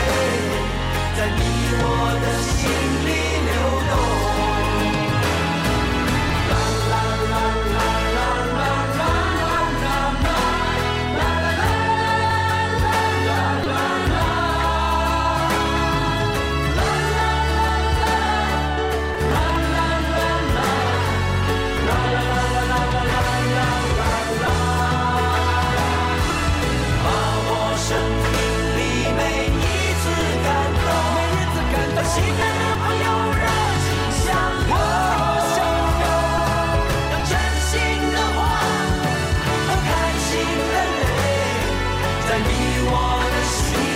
G: 你我的心里流动。生命里每一次感动，每一次感动，心爱的朋友热情相拥，相拥，用真心的话和开心的泪，在你我的心。